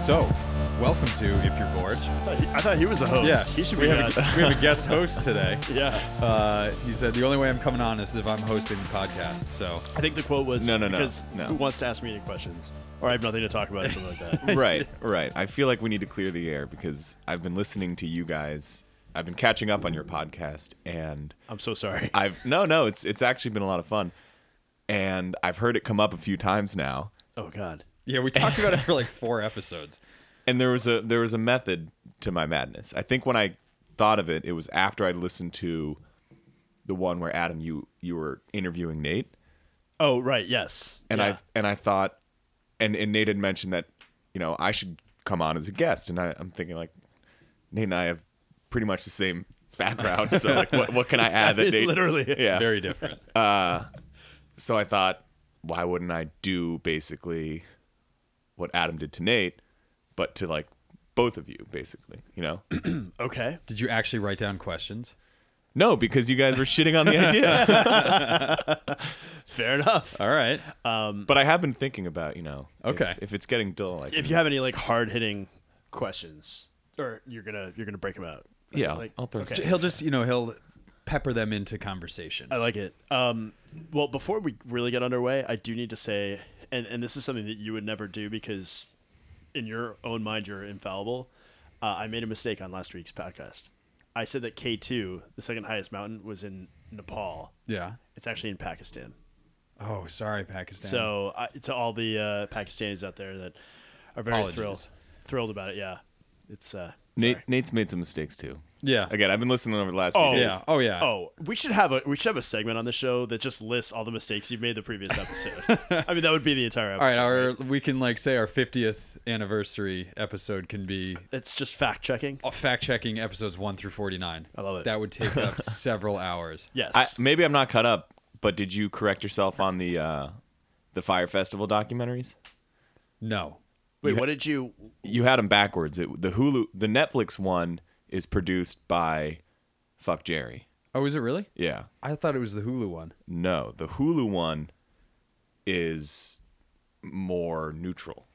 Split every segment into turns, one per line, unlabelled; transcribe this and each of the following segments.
So, welcome to If You're Bored.
I thought he was a host.
Yeah,
he should
we
be
have, a,
that.
we have a guest host today.
yeah,
Uh, he said the only way I'm coming on is if I'm hosting the podcast. So,
I think the quote was
No, no, no,
because
no.
who wants to ask me any questions or I have nothing to talk about or something like that.
right, right. I feel like we need to clear the air because I've been listening to you guys. I've been catching up on your podcast, and
I'm so sorry.
I've no, no. It's it's actually been a lot of fun, and I've heard it come up a few times now.
oh God.
yeah, we talked about it for like four episodes.
And there was a there was a method to my madness. I think when I thought of it, it was after I'd listened to the one where Adam you you were interviewing Nate.
Oh right. Yes.
and
yeah.
I and I thought, and and Nate had mentioned that you know I should come on as a guest, and I, I'm thinking like Nate and I have pretty much the same background, so like what what can I add that Nate
literally.
yeah.
Very different.
so I thought, why wouldn't I do basically what Adam did to Nate, but to like both of you basically, you know?
Okay.
Did you actually write down questions?
no, because you guys were shitting on the idea.
Fair enough.
Uh,
All right.
but I have been thinking about you know, if-
Okay.
if, it's getting dull, I can,
Um, If you have any like hard hitting questions, or you're gonna you're gonna break them out.
yeah,
like-
I'll throw.
okay.
J- He'll just, you know, he'll pepper them into conversation.
I like it. Um, well, before we really get underway, I do need to say, and, and this is something that you would never do because in your own mind, you're infallible. Uh, I made a mistake on last week's podcast. I said that K2, the second highest mountain, was in Nepal.
Yeah.
It's actually in Pakistan.
Oh, sorry, Pakistan.
So I, to all the uh, Pakistanis out there that are very
Apologies.
thrilled thrilled about it, yeah. It's uh,
Nate,
sorry.
Nate's made some mistakes too.
yeah.
Again, I've been listening over the last
Oh,
few days.
Yeah. Oh, yeah.
Oh, we should have a we should have a segment on the show that just lists all the mistakes you've made the previous episode. I mean, that would be the entire episode.
All right, our we can like say our 50th anniversary episode can be
It's just fact checking.
fact checking episodes 1 through 49.
I love it.
That would take up several hours.
Yes.
I, maybe I'm not caught up, but did you correct yourself on the uh, the Fire Festival documentaries?
No.
Wait, what did you?
You had them backwards. It, the Hulu, the Netflix one is produced by Fuck Jerry.
Oh, is it really?
Yeah,
I thought it was the Hulu one.
no, the Hulu one is more neutral.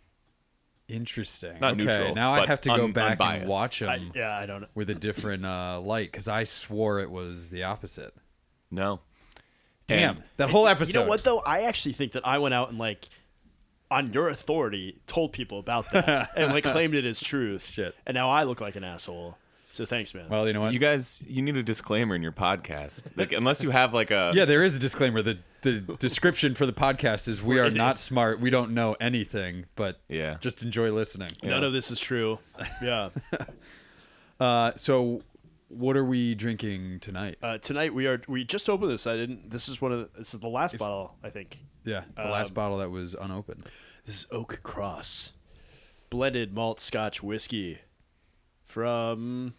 Interesting.
Not
okay,
neutral,
now I
but
have to go
un-
back and
unbiased.
watch them
I, yeah, I don't.
with a different uh, light because I swore it was the opposite.
No,
Damn,
And-
that whole episode.
You know what though? I actually think that I went out and like, on your authority, told people about that and like claimed it as truth.
Shit.
And now I look like an asshole. So thanks, man.
Well, you know what?
you guys, you need a disclaimer in your podcast. Like, unless you have like a
yeah, there is a disclaimer. The the description for the podcast is we are not smart. We don't know anything, but
Yeah.
just enjoy listening.
None
yeah.
of this is true. Yeah.
Uh, so, what are we drinking tonight?
uh, tonight we are. We just opened this. I didn't. This is one of. The, this is the last bottle. I think.
yeah, the last bottle that was unopened.
This is Oak Cross, blended malt Scotch whiskey, from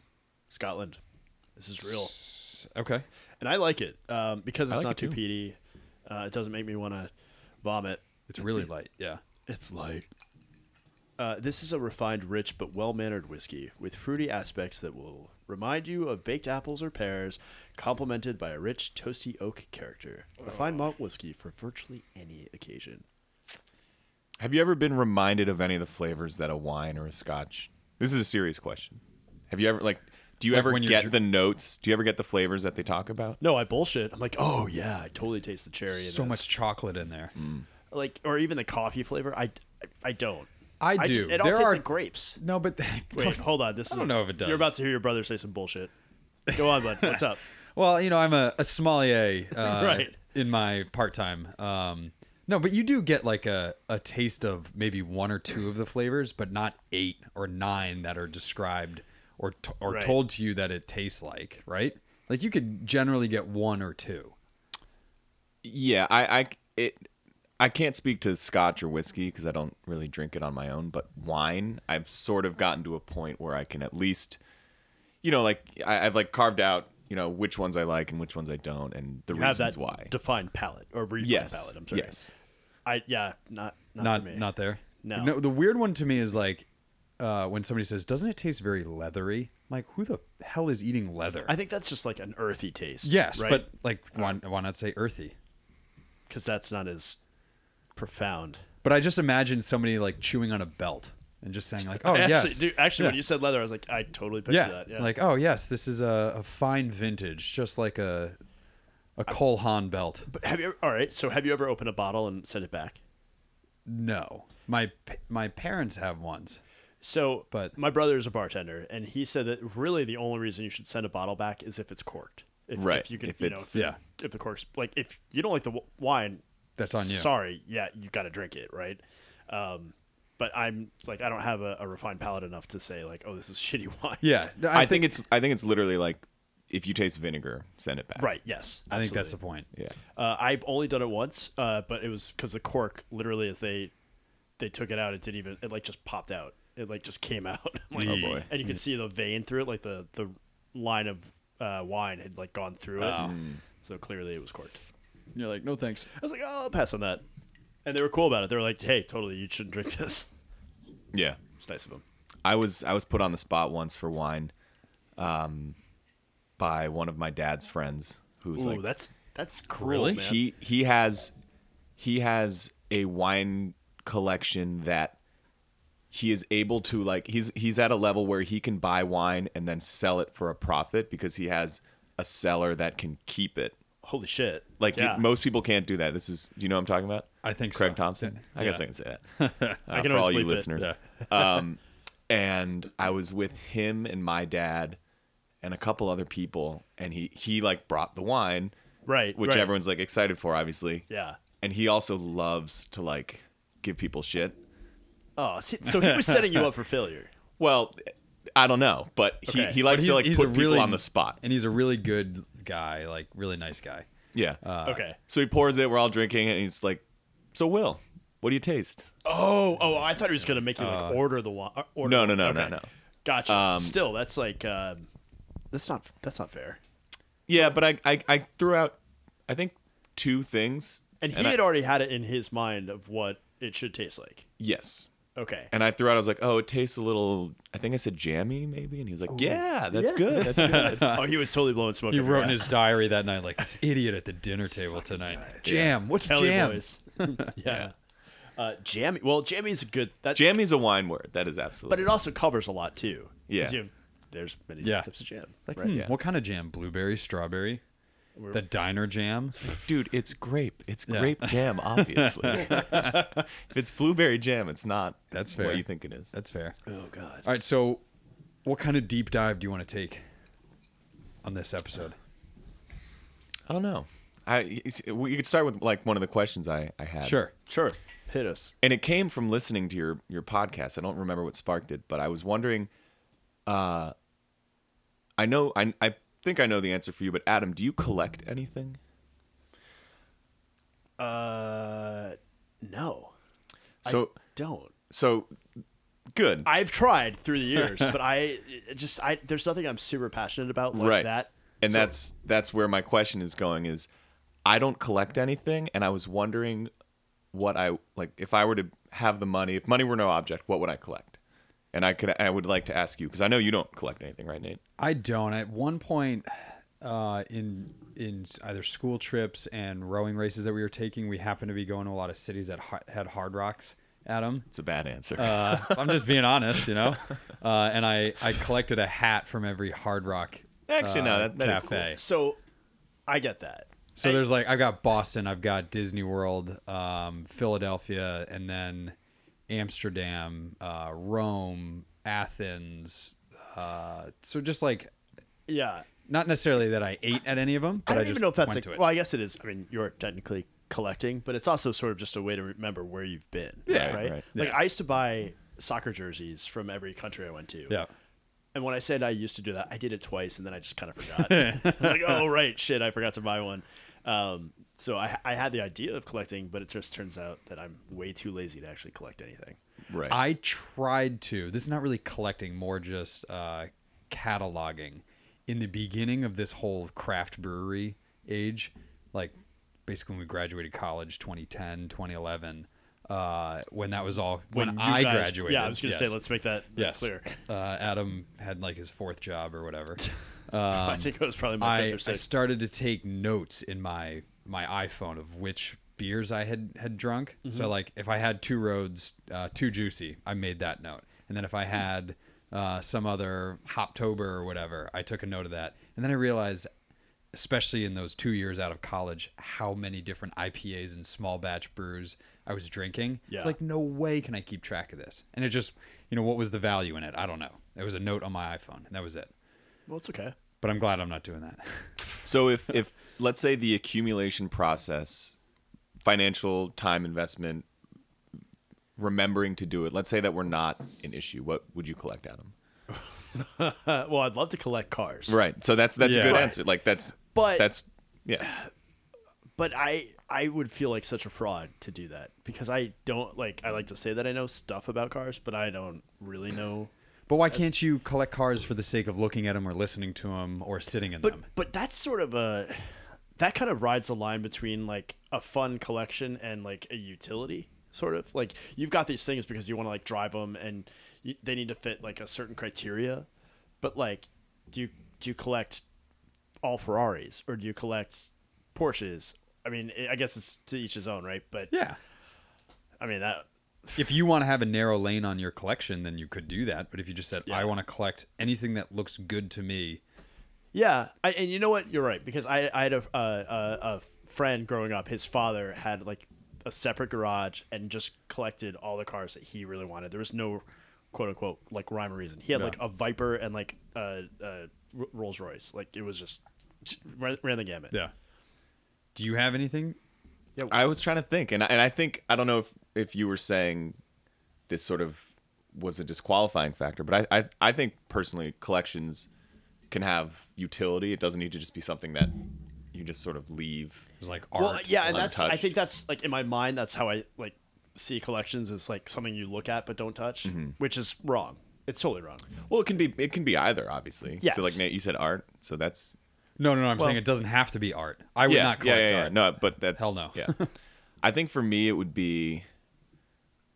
Scotland. This is real.
Okay.
and I like it um, because it's
like
not
it
too
too.
peaty. Uh, it doesn't make me want to vomit.
It's really light. Yeah.
It's light. Uh, this is a refined, rich, but well mannered whiskey with fruity aspects that will remind you of baked apples or pears, complemented by a rich, toasty oak character. A fine malt whiskey for virtually any occasion.
Have you ever been reminded of any of the flavors that a wine or a scotch? This is a serious question. Have you ever like do you
Like
ever
when you're
get
dr-
the notes? Do you ever get the flavors that they talk about?
No, I bullshit. I'm like, oh yeah, I totally taste the cherry.
So
in this.
much chocolate in there.
like, or even the coffee flavor. I, I don't.
I do.
it all
There
tastes
are-
like grapes.
No, but
Wait, hold on. This
I
is
don't know if it does.
You're about to hear your brother say some bullshit. Go on, bud. What's up?
Well, you know, I'm a, a sommelier uh,
Right.
in my part time. Um, no, but you do get like a, a taste of maybe one or two of the flavors, but not eight or nine that are described or, t- or
Right.
told to you that it tastes like, right? Like you could generally get one or two.
Yeah, I I it I can't speak to scotch or whiskey because I don't really drink it on my own, but wine, I've sort of gotten to a point where I can at least you know, like I, I've like carved out, you know, which ones I like and which ones I don't and the
have
reasons
that
why.
defined palette or refined
yes.
palette. I'm sorry.
Yes.
I yeah, not not,
Not
for me.
not, there.
No.
The weird one to me is like uh, when somebody says, "Doesn't it taste very leathery?" I'm like, who the hell is eating leather?
I think that's just like an earthy taste.
yes,
right?
but like, why, why not say earthy?
because that's not as profound.
But I just imagine somebody like chewing on a belt. and just saying like, oh
actually,
yes,
dude, actually, when
Yeah.
you said leather, I was like, I totally picture
yeah.
that. Yeah,
like oh yes, this is a, a fine vintage, just like a a Cole Haan belt.
But have you? Ever, all right. So have you ever opened a bottle and sent it back?
No, my pa- my parents have ones.
So,
But-
my brother is a bartender, and he said that really the only reason you should send a bottle back is if it's corked. If,
Right,
If you can,
if
you
it's-
know,
Yeah.
If the cork's like, if you don't like the w- wine,
That's on you.
Sorry, yeah, you got to drink it, right? Um, but I'm like, I don't have a, a refined palate enough to say like, oh, this is shitty wine.
Yeah,
I, think, it's I think it's literally like if you taste vinegar, send it back.
Right. Yes.
I think that's
absolutely.
the point.
Yeah.
Uh, I've only done it once, uh, but it was because the cork literally, as they they took it out, it didn't even it like just popped out. It like just came out. I'm like,
Oh,
boy. Mm.
And you could see the vein through it, like the the line of uh, wine had like gone through it.
Oh.
So clearly it was corked.
You're like, no thanks.
I was like, oh, I'll pass on that. And they were cool about it. They were like, hey, totally, you shouldn't drink this.
Yeah.
It's nice of them.
I was I was put on the spot once for wine, um, by one of my dad's friends who was
Ooh,
like
that's that's cruel,
Really?
man.
he he has he has a wine collection that he is able to like he's he's at a level where he can buy wine and then sell it for a profit because he has a seller that can keep it.
Holy shit!
Like you-
yeah.
most people can't do that. This is do you know what I'm talking about?
I think
Craig
so.
Thompson. I guess
Yeah.
I can say that. Uh,
can
for
always
all you
bleep it.
listeners. um, and I was with him and my dad and a couple other people, and he he like brought the wine,
right,
which
right.
everyone's like excited for, obviously.
yeah.
And he also loves to like give people shit.
Oh, see, so he was setting you up for failure.
Well, I don't know, but he,
Okay.
he
But
likes to like put people on the spot.
and he's a really good guy, like really nice guy.
Yeah.
okay.
so he pours it. We're all drinking, and he's like, "So Will, what do you taste?"
Oh, oh, I thought he was gonna make you like order the wine. Order
Uh, No,
the
no, no,
wine.
no,
Okay.
no.
Gotcha.
Um,
Still, that's like um, that's not that's not fair.
Yeah, but I, I I threw out, I think, two things,
And he
I-
had already had it in his mind of what it should taste like.
yes,
Okay.
And I threw out, I was like, oh, it tastes a little, I think I said jammy maybe. And he was
Oh,
like, yeah, that's good. That's good.
oh, he was totally blowing smoke.
He
up your
wrote in
ass.
his diary that night, like this idiot at the dinner table tonight. Jam. What's
Helly
jam?
boys. yeah. Uh, jammy. Well, jammy's a good. That,
Jammy's a wine word. That is
but
absolutely.
it also covers a lot too. 'Cause
Yeah.
you have- there's many
Yeah.
types of jam.
Like,
right.
hmm,
yeah.
what kind of jam? Blueberry, strawberry, the diner jam.
Dude, it's grape. It's grape jam, obviously. if it's blueberry jam, it's not
That's fair.
what you think it is.
That's fair.
Oh God.
All right, so what kind of deep dive do you want to take on this episode?
I don't know. I, it's- we you could start with like one of the questions I, I had.
Sure.
Sure. Hit us.
and it came from listening to your your podcast. I don't remember what sparked it, but I was wondering. Uh, I know. I I think I know the answer for you, but Adam, do you collect anything?
Uh, no,
So
don't.
so good.
I've tried through the years, but I it just I there's nothing I'm super passionate about like
right.
that.
and
So-
that's that's where my question is going is I don't collect anything, and I was wondering what I like if I were to have the money, if money were no object, what would I collect? And I could I would like to ask you because I know you don't collect anything, right, Nate?
I don't. At one point, uh, in in either school trips and rowing races that we were taking, we happened to be going to a lot of cities that ha- had hard rocks. Adam,
It's a bad answer.
uh, I'm just being honest, you know. Uh, and I I collected a hat from every hard rock.
Actually, no,
uh,
that, that is cool.
cafe.
so I get that.
So there's like I've got Boston, I've got Disney World, um, Philadelphia, and then Amsterdam, uh, Rome, Athens. Uh, so just like
Yeah.
not necessarily that I ate at any of them, but
I
I,
don't
just
even know if that's
went
a,
to it.
well, I guess it is. I mean, you're technically collecting, but it's also sort of just a way to remember where you've been.
Yeah,
Right.
right.
Like I used to buy soccer jerseys from every country I went to.
yeah.
And when I said I used to do that, I did it twice, and then I just kind of forgot. I was like, oh right, shit, I forgot to buy one. Um, so I, I had the idea of collecting, but it just turns out that I'm way too lazy to actually collect anything.
Right.
I tried to. This is not really collecting, more just uh, cataloging. In the beginning of this whole craft brewery age, like basically when we graduated college 2010, 2011, uh, when that was all, when,
you
I
guys-
graduated.
Yeah, I was gonna say
yes.
let's make that that
yes.
clear.
Uh, Adam had like his fourth job or whatever.
I think it was probably my
Um, I,
fifth or
I
sixth.
started to take notes in my my iPhone of which beers I had had drunk. So like if I had two roads, uh, too juicy, I made that note. And then if I had uh, some other Hoptober or whatever, I took a note of that. And then I realized, especially in those two years out of college, how many different IPAs and small batch brews I was drinking.
Yeah.
It's like no way can I keep track of this. And it just, you know, what was the value in it? I don't know. It was a note on my iPhone, and that was it.
Well, it's okay.
But I'm glad I'm not doing that.
So if if let's say the accumulation process, financial time investment, remembering to do it. Let's say that we're not an issue. What would you collect, Adam?
Uh, well, I'd love to collect cars,
Right. So that's that's
Yeah.
a good
Right.
answer. Like that's
But-
that's yeah.
but I I would feel like such a fraud to do that because I don't like I like to say that I know stuff about cars, but I don't really know.
But why can't you collect cars for the sake of looking at them or listening to them or sitting in
But
them?
but that's sort of a that kind of rides the line between like a fun collection and like a utility sort of like you've got these things because you want to like drive them and you, they need to fit like a certain criteria but like do you do you collect all ferraris or do you collect porsches i mean i guess it's to each his own right but
Yeah.
i mean that
If you want to have a narrow lane on your collection, then you could do that. But if you just said, I want to collect anything that looks good to me,
Yeah, I, and you know what? You're right because I, I had a, a, a, a friend growing up. His father had like a separate garage and just collected all the cars that he really wanted. There was no quote unquote like rhyme or reason. He had like a Viper and like a, a Rolls Royce. Like it was just ran, ran the gamut.
yeah. Do you have anything?
I was trying to think, and I, and I think I don't know if if you were saying this sort of was a disqualifying factor, but I I, I think personally collections can have utility. It doesn't need to just be something that you just sort of leave.
It was like art.
Well, yeah, and that's I
untouched.
think that's like in my mind. That's how I like see collections is like something you look at but don't touch,
Mm-hmm.
which is wrong. It's totally wrong.
Well, it can be it can be either, obviously.
Yes.
So like Nate, you said art, so that's
No, no, no. I'm saying it doesn't have to be art. I would
yeah,
not
yeah,
collect
yeah, yeah.
art.
No, but that's
Hell no.
Yeah, I think for me it would be.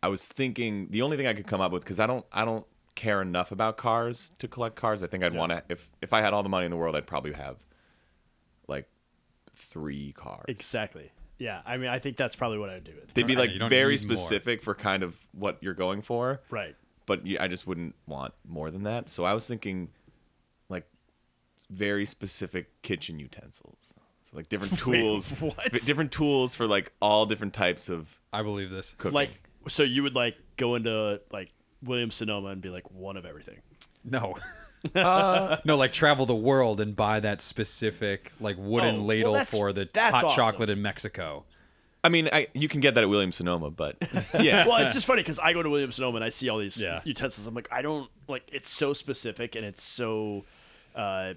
I was thinking the only thing I could come up with because I don't I don't care enough about cars to collect cars. I think I'd want to if if I had all the money in the world, I'd probably have like three cars.
Exactly. Yeah, I mean, I think that's probably what I would do.
They'd be
Right,
like
you don't
very
need more.
specific for kind of what you're going for,
Right.
but you, I just wouldn't want more than that. So I was thinking like very specific kitchen utensils. So like different tools,
what?
different tools for like all different types of
I believe this.
cooking.
like so you would like go into like Williams Sonoma and be like one of everything.
No. no, like travel the world and buy that specific like
Oh,
wooden
well,
ladle
that's-
for the
that's
hot
awesome.
chocolate in Mexico.
I mean, I, you can get that at Williams Sonoma, but yeah,
Well, it's just funny because I go to Williams Sonoma and I see all these
Yeah.
utensils. I'm like, I don't like. It's so specific and it's so uh,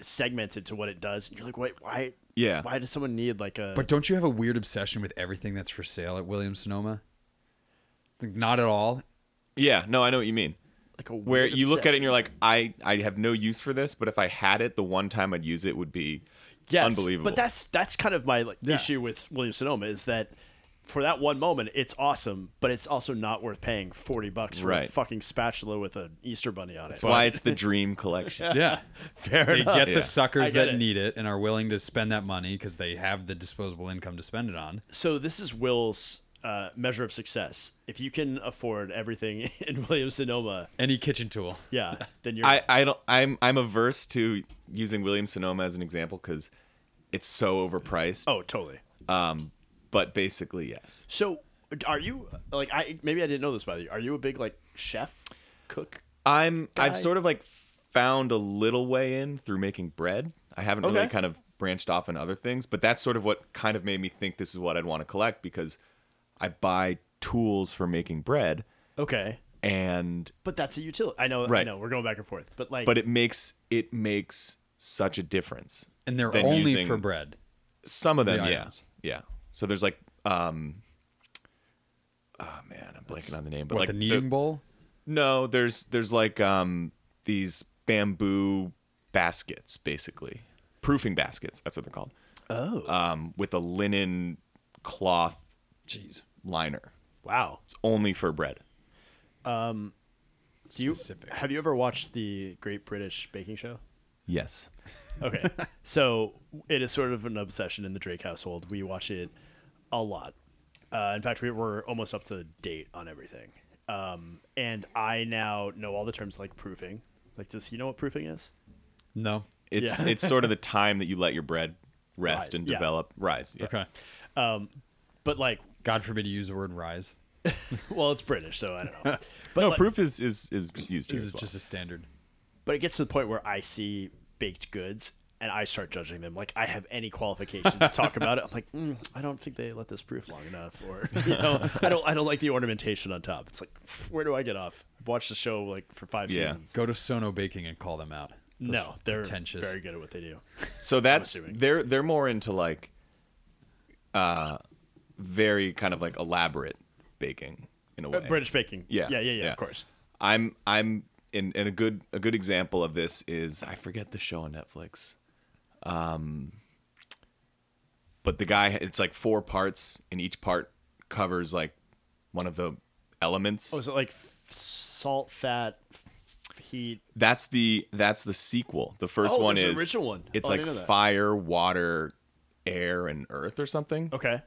segmented to what it does. And you're like, wait, why?
Yeah.
Why does someone need like a?
But don't you have a weird obsession with everything that's for sale at Williams Sonoma? Like, not at all.
yeah. No, I know what you mean.
like a
Where
weird
you look at
obsession.
it and you're like, I, I have no use for this, but if I had it, the one time I'd use it would be
Yes,
unbelievable.
But that's that's kind of my like,
Yeah.
issue with Williams Sonoma is that for that one moment it's awesome, but it's also not worth paying forty bucks for a
Right.
fucking spatula with an Easter bunny on it.
That's why it's the dream collection.
Yeah.
Fair
They
enough.
get
Yeah.
the
I
suckers
get
that
it.
need it and are willing to spend that money because they have the disposable income to spend it on.
So this is Will's uh, measure of success. If you can afford everything in Williams Sonoma,
Any kitchen tool.
yeah, then you're
I, I don't, I'm, I'm averse to using Williams Sonoma as an example because it's so overpriced.
oh totally.
Um, but basically, yes.
So are you like I maybe I didn't know this by the way. Are you a big like chef cook?
I'm I've
Guy.
sort of like found a little way in through making bread. I haven't really
Okay.
kind of branched off in other things, but that's sort of what kind of made me think this is what I'd want to collect because I buy tools for making bread
Okay,
and
but that's a utility. I know. I
Right.
know. We're going back and forth, but like,
but it makes it makes such a difference.
And they're
than
only
using
for bread.
Some of them,
The
yeah.
items.
Yeah. So there's like um Oh man, I'm blanking on the name, but
What,
like
the kneading bowl?
No, there's there's like um these bamboo baskets basically. Proofing baskets, that's what they're called.
oh
Um with a linen cloth
Jeez.
liner.
wow.
It's only for bread.
Do you,
Specific.
have you ever watched the Great British Baking Show?
Yes.
Okay. so it is sort of an obsession in the Drake household. We watch it a lot. Uh, in fact, we were almost up to date on everything. Um, and I now know all the terms like proofing. Like, does he know what proofing is?
No.
It's
Yeah.
it's sort of the time that you let your bread rest
Rise,
and
yeah.
develop, rise. Yeah.
Okay.
But like,
God forbid you use the word rise.
well, it's British, so I don't know. But
no,
like-
proof is is is used here
This
as
is
well.
just a standard.
But it gets to the point where I see baked goods and I start judging them. Like I have any qualification to talk about it. I'm like, mm, I don't think they let this proof long enough, or you know, I don't, I don't like the ornamentation on top. It's like, pff, where do I get off? I've watched the show like for five
Yeah.
seasons.
Go to Sono Baking and call them out. Those
No, they're
pretentious.
very good at what they do.
so that's
assuming.
they're they're more into like uh very kind of like elaborate baking in a way.
British baking.
Yeah,
yeah, yeah, yeah,
yeah.
Of course.
I'm I'm in and a good a good example of this is I forget the show on Netflix. Um but the guy it's like four parts and each part covers like one of the elements.
Oh, is it like f- salt, fat, f- heat?
That's the that's the sequel. The first
Oh,
one
there's an
is
original one.
It's
Oh, I
like
didn't know that.
fire, water, air, and earth or something.
Okay.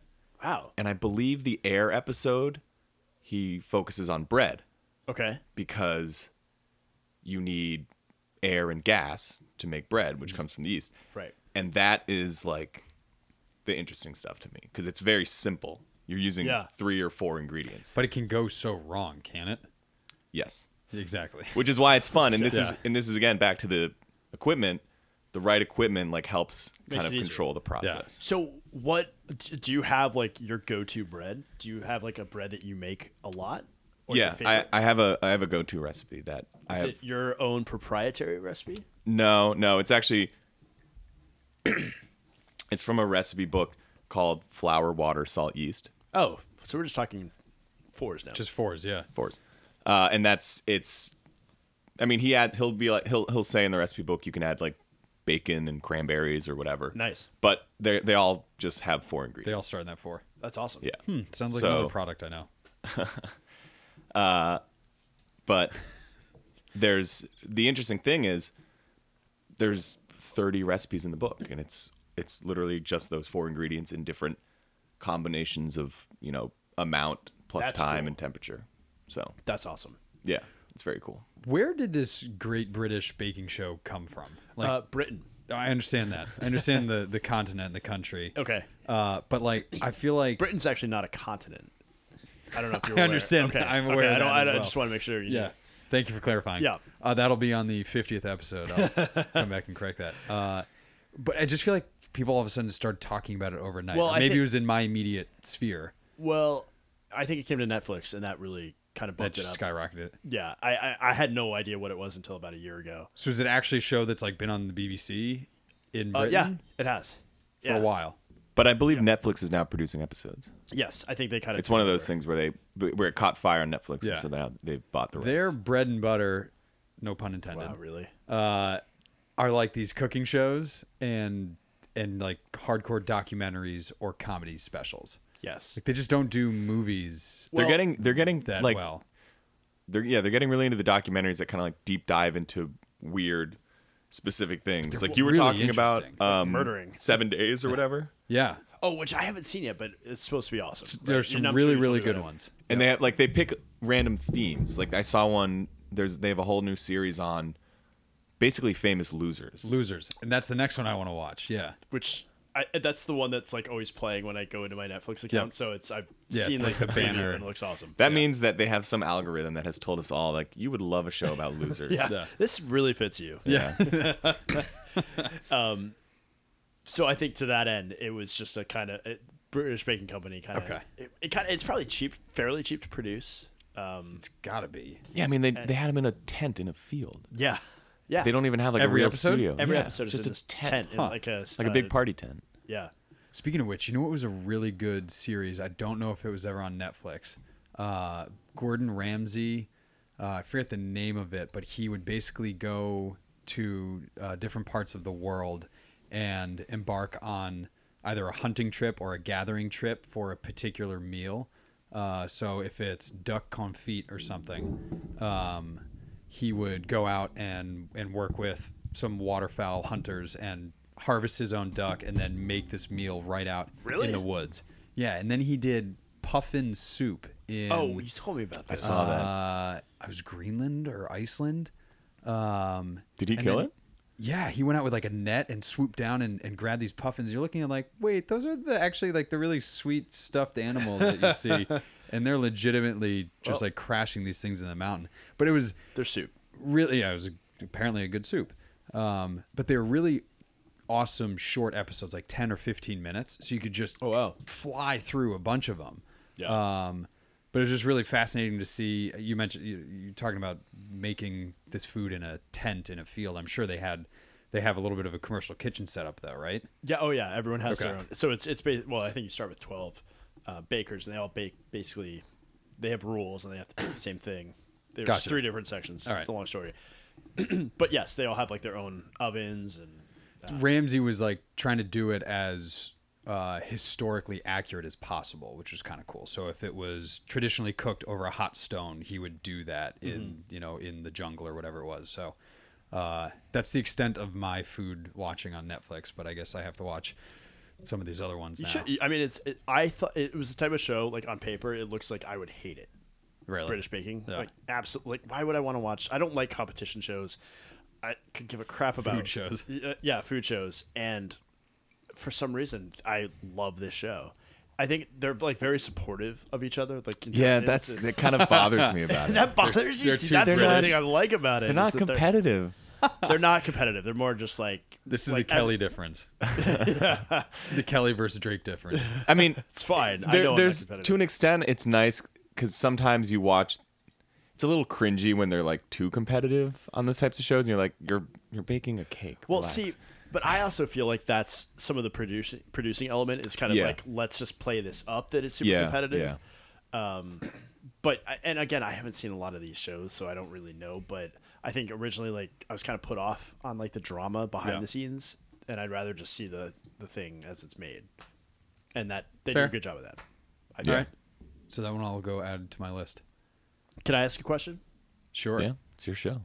Wow.
And I believe the air episode he focuses on bread
Okay.
because you need air and gas to make bread, which comes from the yeast.
Right.
And that is like the interesting stuff to me because it's very simple. You're using
Yeah.
three or four ingredients.
But it can go so wrong, can it?
yes.
Exactly.
which is why it's fun. And this is
Yeah.
and this is again back to the equipment. The right equipment like helps
Makes
kind
it
of
easier.
control the process.
So, what d- do you have like your go-to bread? Do you have like a bread that you make a lot? Or your
Yeah, I,
favorite?
I have a I have a go to recipe that I
Is
have.
it your own proprietary recipe?
No, no, it's actually it's from a recipe book called Flour, Water, Salt, Yeast.
Oh, so we're just talking fours now.
Just fours, yeah.
Fours. Uh, and that's it's. I mean, he add he'll be like he'll he'll say in the recipe book you can add like bacon and cranberries or whatever.
nice.
But they they all just have four ingredients.
They all start in that four.
That's awesome.
yeah.
Sounds like
So-
another product I know.
but there's the interesting thing is there's 30 recipes in the book and it's it's literally just those four ingredients in different combinations of you know amount plus
That's
time
cool.
and temperature so
That's awesome.
yeah it's very cool
Where did this great British baking show come from? Like,
Uh, Britain.
I understand that. I understand the, the continent and the country.
Okay.
Uh, but, like, I feel like.
Britain's actually not a continent. I don't know if you're
I
aware.
understand
Okay.
that. I'm
okay,
aware of
I don't.
that
I,
as
don't- I
well.
just want to make sure. You
Yeah. Thank you for clarifying.
Yeah.
Uh, that'll be on the 50th episode. I'll come back and correct that. Uh, but I just feel like people all of a sudden started talking about it overnight.
Well,
Or
I
maybe
think-
it was in my immediate sphere
Well, I think it came to Netflix, and that really kind of
that
bumped it up.
just skyrocketed it.
yeah, I, I I had no idea what it was until about a year ago.
So is it actually a show that's like been on the BBC in
Uh,
Britain
yeah, it has.
for
yeah.
a while?
but i believe netflix is now producing episodes
Yes, I think they kind of.
it's one of those things where they where it caught fire on netflix
Yeah.
and so now they've bought the rights
Their bread and butter, no pun intended,
Wow, really?
uh, are like these cooking shows and and like hardcore documentaries or comedy specials.
Yes.
Like they just don't do movies
they're
Well,
getting they're getting
that
like
well.
they're yeah they're getting really into the documentaries that kind of like deep dive into weird specific things like you were
really
talking about
interesting.
um,
Murdering.
seven days or whatever
Yeah.
Oh, which I haven't seen yet, but it's supposed to be awesome. right?
There's
And
some
I'm
really,
sure you
really
told
good
me about
ones.
and they have like they pick random themes like i saw one there's they have a whole new series on basically famous losers
Losers. And that's the next one I want to watch. Yeah.
it, Which I, that's the one that's like always playing when I go into my Netflix account.
Yep.
So it's I've
Yeah,
seen
it's like
like
the
the preview
banner.
and it looks awesome.
that means that they have some algorithm that has told us all like you would love a show about losers
yeah,
yeah.
this really fits you.
Yeah.
So I think to that end, it was just a kind of British baking company kind of.
Okay.
It, it kind of it's probably cheap, fairly cheap to produce. Um,
it's got to be.
yeah i mean they, they had them in a tent in a field
yeah, yeah.
they don't even have like
Every
a real
episode?
studio
Every
Yeah,
episode is
just
in
a
this
tent,
tent, in
Huh.
like a s-
like a
uh,
big party tent
Yeah.
Speaking of which, you know what was a really good series? I don't know if it was ever on Netflix. Uh, Gordon Ramsay, uh, I forget the name of it, but he would basically go to uh, different parts of the world and embark on either a hunting trip or a gathering trip for a particular meal. Uh, so if it's duck confit or something, um, he would go out and and work with some waterfowl hunters and harvest his own duck and then make this meal right out
Really?
in the woods. Yeah, and then he did puffin soup in
Oh, you told me about this.
saw that.
uh, I was Greenland or Iceland. Um,
Did he
and
kill
then-
it?
Yeah, he went out with like a net and swooped down and, and grabbed these puffins. You're looking at like, wait, those are the actually like the really sweet stuffed animals that you see, and they're legitimately just like crashing these things in the mountain. But it was
Their soup.
really yeah, it was apparently a good soup. Um, but they were really awesome short episodes, like ten or fifteen minutes, so you could just
Oh, wow.
fly through a bunch of them.
Yeah.
Um, but it was just really fascinating to see. You mentioned you, you're talking about making this food in a tent in a field. I'm sure they had they have a little bit of a commercial kitchen set up though, right?
Yeah. Oh, yeah. Everyone has their
Okay.
own. So it's it's bas well, I think you start with twelve uh, bakers, and they all bake basically. They have rules, and they have to bake the same thing. There's
Gotcha.
three different sections.
All
It's a
right.
long story, but yes, they all have like their own ovens and.
Ramsey was like trying to do it as uh, historically accurate as possible, which was kind of cool. So if it was traditionally cooked over a hot stone, he would do that in
Mm-hmm.
you know in the jungle or whatever it was. So uh, that's the extent of my food watching on Netflix. But I guess I have to watch some of these other ones now.
You should, I mean, it's. It, I thought it was the type of show like on paper. It looks like I would hate it.
really,
British baking,
Yeah.
like absolutely. Like, why would I want to watch? I don't like competition shows. I could give a crap about
shows.
Uh, yeah, food shows, and for some reason, I love this show. I think they're like very supportive of each other. Like
Yeah,
contestants
that's
and-
that kind of bothers me about it.
that bothers you.
they're
See,
too
that's the only
British.
thing I like about it.
They're
is
not
that
competitive.
They're, not competitive. They're more just like
This is
like, eh,
the Kelly difference. the Kelly versus Drake difference.
I mean,
It's fine. I
there-
know I'm not
there's to
competitive.
an extent it's nice because sometimes you watch. It's a little cringy when they're like too competitive on those types of shows, and you're like, you're you're baking a cake.
Well,
relax.
see, but I also feel like that's some of the producing producing element is kind of
Yeah.
like let's just play this up that it's super
Yeah,
competitive. Um, but I- and again, I haven't seen a lot of these shows, so I don't really know. But I think originally, like I was kind of put off on like the drama behind
Yeah.
the scenes, and I'd rather just see the the thing as it's made, and that they
Fair.
do a good job of that. I
All
think.
right. So that one I'll go add to my list.
Can I ask a question?
Sure.
yeah, it's your show.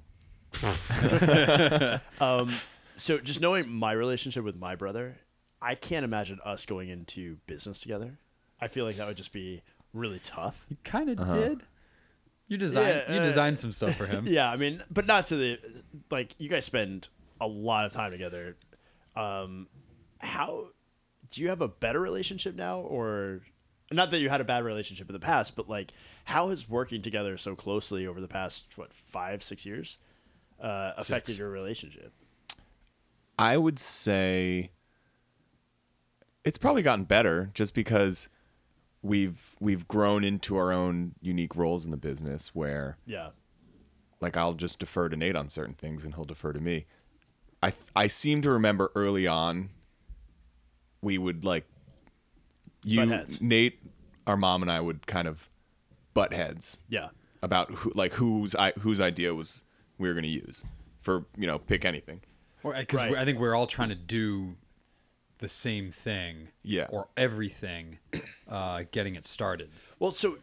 So just knowing my relationship with my brother, I can't imagine us going into business together. I feel like that would just be really tough.
You kind of did. You designed
Yeah,
you
uh,
designed some stuff for him.
Yeah, I mean, but not to the like you guys spend a lot of time together. Um how do you have a better relationship now or not that you had a bad relationship in the past, but like how has working together so closely over the past what 5 6 years uh affected
Six.
your relationship?
I would say it's probably gotten better just because we've we've grown into our own unique roles in the business where
Yeah.
like I'll just defer to Nate on certain things and he'll defer to me. I I seem to remember early on we would like you
Butt heads.
Nate our mom and I would kind of butt heads
Yeah.
about who like whose I whose idea was we were going to use for, you know, pick anything.
Because
Right.
uh, I think we're all trying to do the same thing.
Yeah.
Or everything, uh, getting it started.
Well, so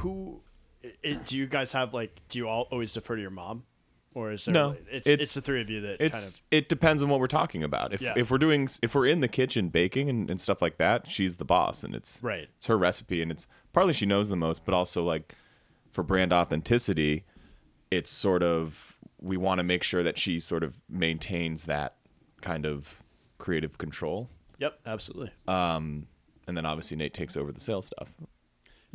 who i do you guys have like do you all always defer to your mom? Or is there
No,
it's, it's
it's-
the three of you that
it's
kind of
it depends on what we're talking about. If
Yeah.
if we're doing if we're in the kitchen baking and, and stuff like that, she's the boss and it's
Right.
It's her recipe and it's partly she knows the most, but also like for brand authenticity, it's sort of we want to make sure that she sort of maintains that kind of creative control.
Yep, absolutely.
Uh, And then obviously Nate takes over the sales stuff.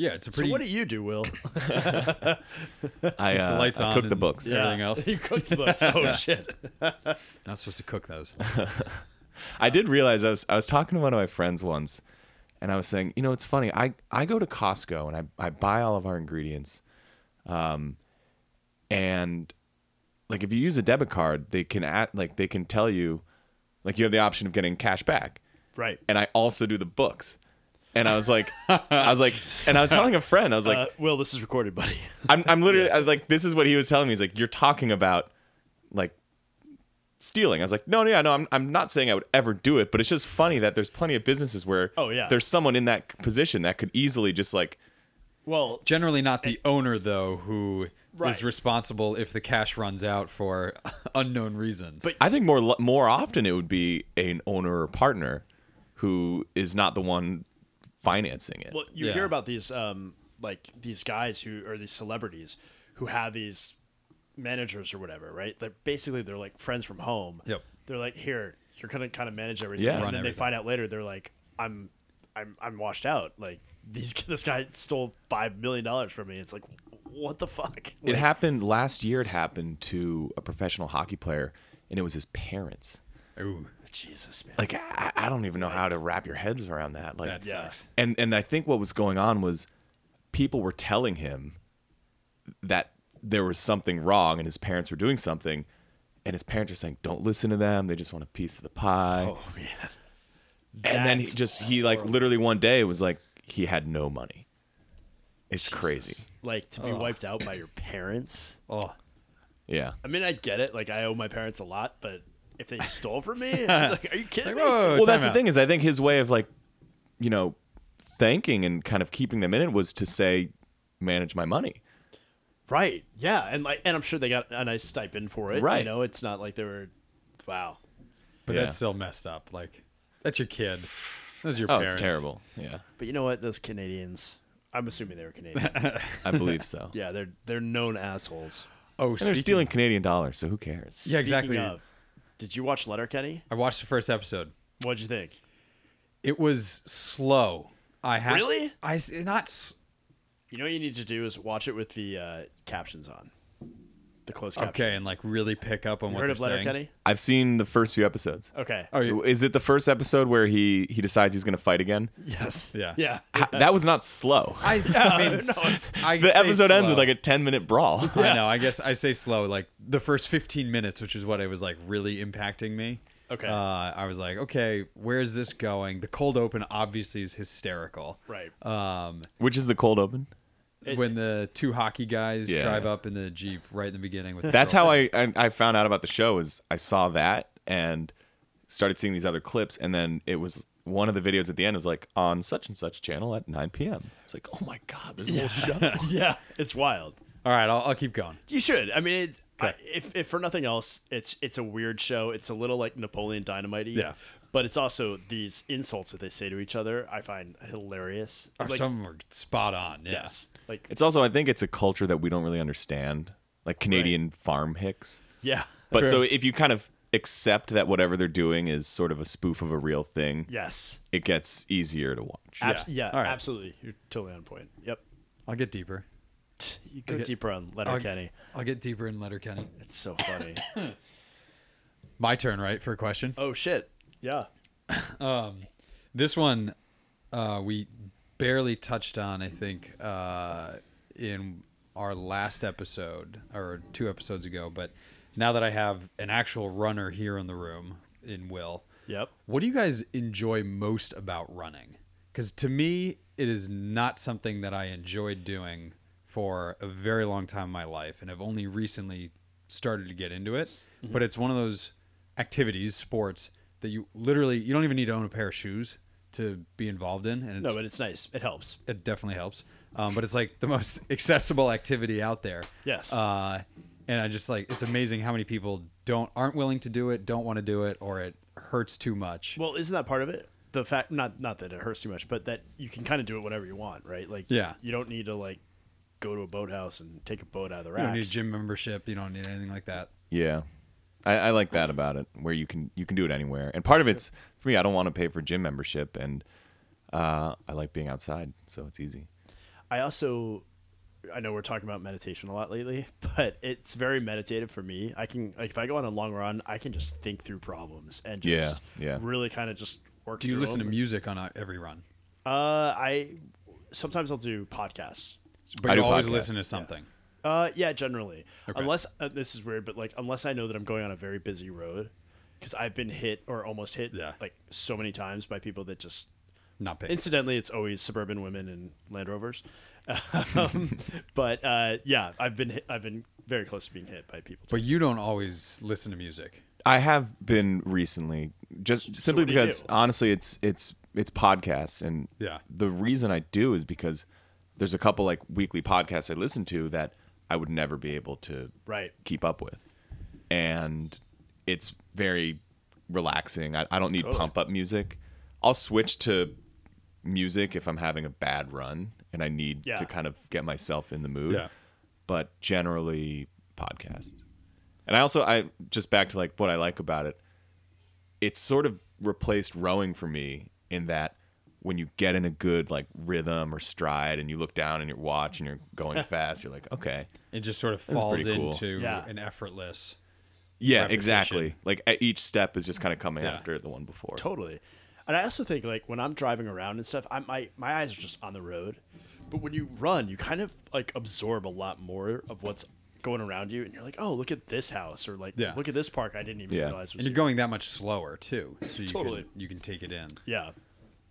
Yeah, it's a
so
pretty.
what do you do, Will?
I,
keeps the
uh,
lights
I
on
cook the
and
books.
Everything else.
You cook the books. Oh shit.
Not supposed to cook those.
I did realize I was I was talking to one of my friends once, and I was saying, you know, it's funny. I I go to Costco and I I buy all of our ingredients, um, and like if you use a debit card, they can at like they can tell you, like you have the option of getting cash back,
Right.
and I also do the books. And I was like, I was like, and I was telling a friend, I was like,
uh, Will, this is recorded, buddy.
I'm, I'm literally I was like, this is what he was telling me. He's like, you're talking about like stealing. I was like, no, no, yeah, no, I'm, I'm not saying I would ever do it, but it's just funny that there's plenty of businesses where
Oh, yeah.
there's someone in that position that could easily just like,
Well,
Generally, not the owner though, who is
Right.
responsible if the cash runs out for unknown reasons.
But-
I think more, lo- more often it would be an owner or partner who is not the one financing it.
Well, you
Yeah.
hear about these um, like these guys who are these celebrities who have these managers or whatever, right? They're basically they're like friends from home.
Yep.
They're like, here, you're gonna kind of manage everything,
Yeah.
and
Run
then they
everything.
find out later they're like, I'm, I'm, I'm washed out. Like these, this guy stole five million dollars from me. It's like, what the fuck?
it
Like,
happened last year. It happened to a professional hockey player, and it was his parents.
Ooh,
Jesus, man.
Like I, I don't even know how to wrap your heads around that. Like
that
Yeah.
sucks.
and and I think what was going on was people were telling him that there was something wrong and his parents were doing something and his parents were saying don't listen to them they just want a piece of the pie
oh man.
and then he
That's
just he like literally one day was like he had no money it's crazy
Like to be wiped out by your parents.
Oh,
yeah
I mean, I get it. Like I owe my parents a lot, but if they stole from me, I'm like, are you kidding
Like, whoa,
me?
whoa, whoa,
well
Oh, time
that's the
out.
thing is i think his way of like you know thanking and kind of keeping them in it was to say manage my money
Right. Yeah, and like, and I'm sure they got a nice stipend for it. You
Right.
know, it's not like they were. Wow.
But
Yeah.
that's still messed up. Like, that's your kid. Those are your
oh
parents.
it's terrible yeah
But you know what? Those Canadians. I'm assuming they were Canadian.
i believe so
yeah, they're they're known assholes.
Oh,
and they're
speaking-
stealing canadian dollars so who cares
Yeah, exactly.
Speaking of, did you watch Letterkenny?
I watched the first episode.
What'd you think?
It was slow. I have
Really?
I s- not. s-
You know, what you need to do is watch it with the uh, captions on, the closed captions.
Okay, and like really pick up on
You
what
heard
they're
of
saying.
Letterkenny?
I've seen the first few episodes.
Okay.
Oh, you-
Is it the first episode where he he decides he's going to fight again?
yes.
Yeah.
Yeah.
Ha- That was not slow.
I, I mean, s- I
the
say
episode ends with
slow.
like a 10 minute brawl.
I know. I guess I say slow. Like the first 15 minutes, which is what it was like really impacting me.
Okay.
Uh, I was like, okay, where is this going? The cold open obviously is hysterical.
Right.
Um,
Which is the cold open.
It-
when the two hockey guys
Yeah.
drive up in the jeep right in the beginning with the
That's how
girlfriend.
I, I I found out about the show is I saw that and started seeing these other clips and then it was one of the videos at the end was like on such and such channel at 9 p.m. It's like, "Oh my god, there's a whole show."
yeah. It's wild.
All right, I'll, I'll keep going.
You should. I mean, it's, I, if if for nothing else, it's it's a weird show. It's a little like Napoleon Dynamite.
Yeah.
But it's also these insults that they say to each other. I find hilarious.
Or
Like,
some of them were spot on. Yeah.
yes. Like
It's also I think it's a culture that we don't really understand, like Canadian farm hicks.
yeah.
But so if you kind of accept that whatever they're doing is sort of a spoof of a real thing,
yes.
it gets easier to watch.
Abs- yeah.
All right.
Absolutely. You're totally on point. Yep.
I'll get deeper.
You go
Okay.
deeper on
I'll,
Letterkenny.
I'll get deeper in Letterkenny.
It's so funny.
My turn, right, for a question.
oh shit. Yeah.
This one uh, we barely touched on, I think, uh, in our last episode or two episodes ago. But now that I have an actual runner here in the room, in Will,
Yep.
what do you guys enjoy most about running? Because to me, it is not something that I enjoyed doing for a very long time in my life and have only recently started to get into it.
Mm-hmm.
But it's one of those activities, sports, that you literally, you don't even need to own a pair of shoes to be involved in. And it's
No, but it's nice. It helps.
it definitely helps. Um, but it's like the most accessible activity out there.
Yes.
Uh, and I just like it's amazing how many people don't aren't willing to do it, don't want to do it, or it hurts too much.
Well, isn't that part of it? The fact not not that it hurts too much, but that you can kind of do it whenever you want, right? Like
Yeah.
you don't need to like go to a boathouse and take a boat out of the
you don't need a
racks.
gym membership. You don't need anything like that.
Yeah. I, I like that about it, where you can you can do it anywhere. And part of it's for me, I don't want to pay for gym membership and uh, I like being outside, so it's easy.
I also I know we're talking about meditation a lot lately, but it's very meditative for me. I can like if I go on a long run, I can just think through problems and just
Yeah, yeah.
really kind of just work.
Do you
through
listen to
them.
music on uh, every run?
Uh, I sometimes I'll do podcasts.
But
I
you
do
always
podcasts.
listen to something.
Uh, yeah, generally.
Okay.
Unless uh, this is weird, but like unless I know that I'm going on a very busy road, because I've been hit or almost hit
Yeah.
like so many times by people that just.
Not paid.
Incidentally, it's always suburban women and Land Rovers, um, but uh, yeah, I've been hit, I've been very close to being hit by people.
but you don't always listen to music.
I have been recently just simply
what do you
because
do?
honestly it's it's it's podcasts and
Yeah.
the reason I do is because there's a couple like weekly podcasts I listen to that I would never be able to
Right.
keep up with. And it's very relaxing. I, I don't need
Totally.
pump up music. I'll switch to music if I'm having a bad run and I need
Yeah.
to kind of get myself in the mood.
Yeah.
But generally podcasts. And I also I just back to like what I like about it. It's sort of replaced rowing for me in that when you get in a good like rhythm or stride and you look down and your watch and you're going fast, you're like, okay.
It just sort of falls
pretty cool.
into
Yeah.
an effortless.
Yeah,
repetition.
exactly. Like e- each step is just kind of coming
Yeah.
after the one before.
Totally. And I also think like when I'm driving around and stuff, I my my eyes are just on the road. But when you run, you kind of like absorb a lot more of what's going around you and you're like, "Oh, look at this house" or like,
Yeah.
"Look at this park I didn't even
Yeah.
realize
And
was."
you're
Here.
going that much slower too, so you
Totally.
can you can take it in.
yeah.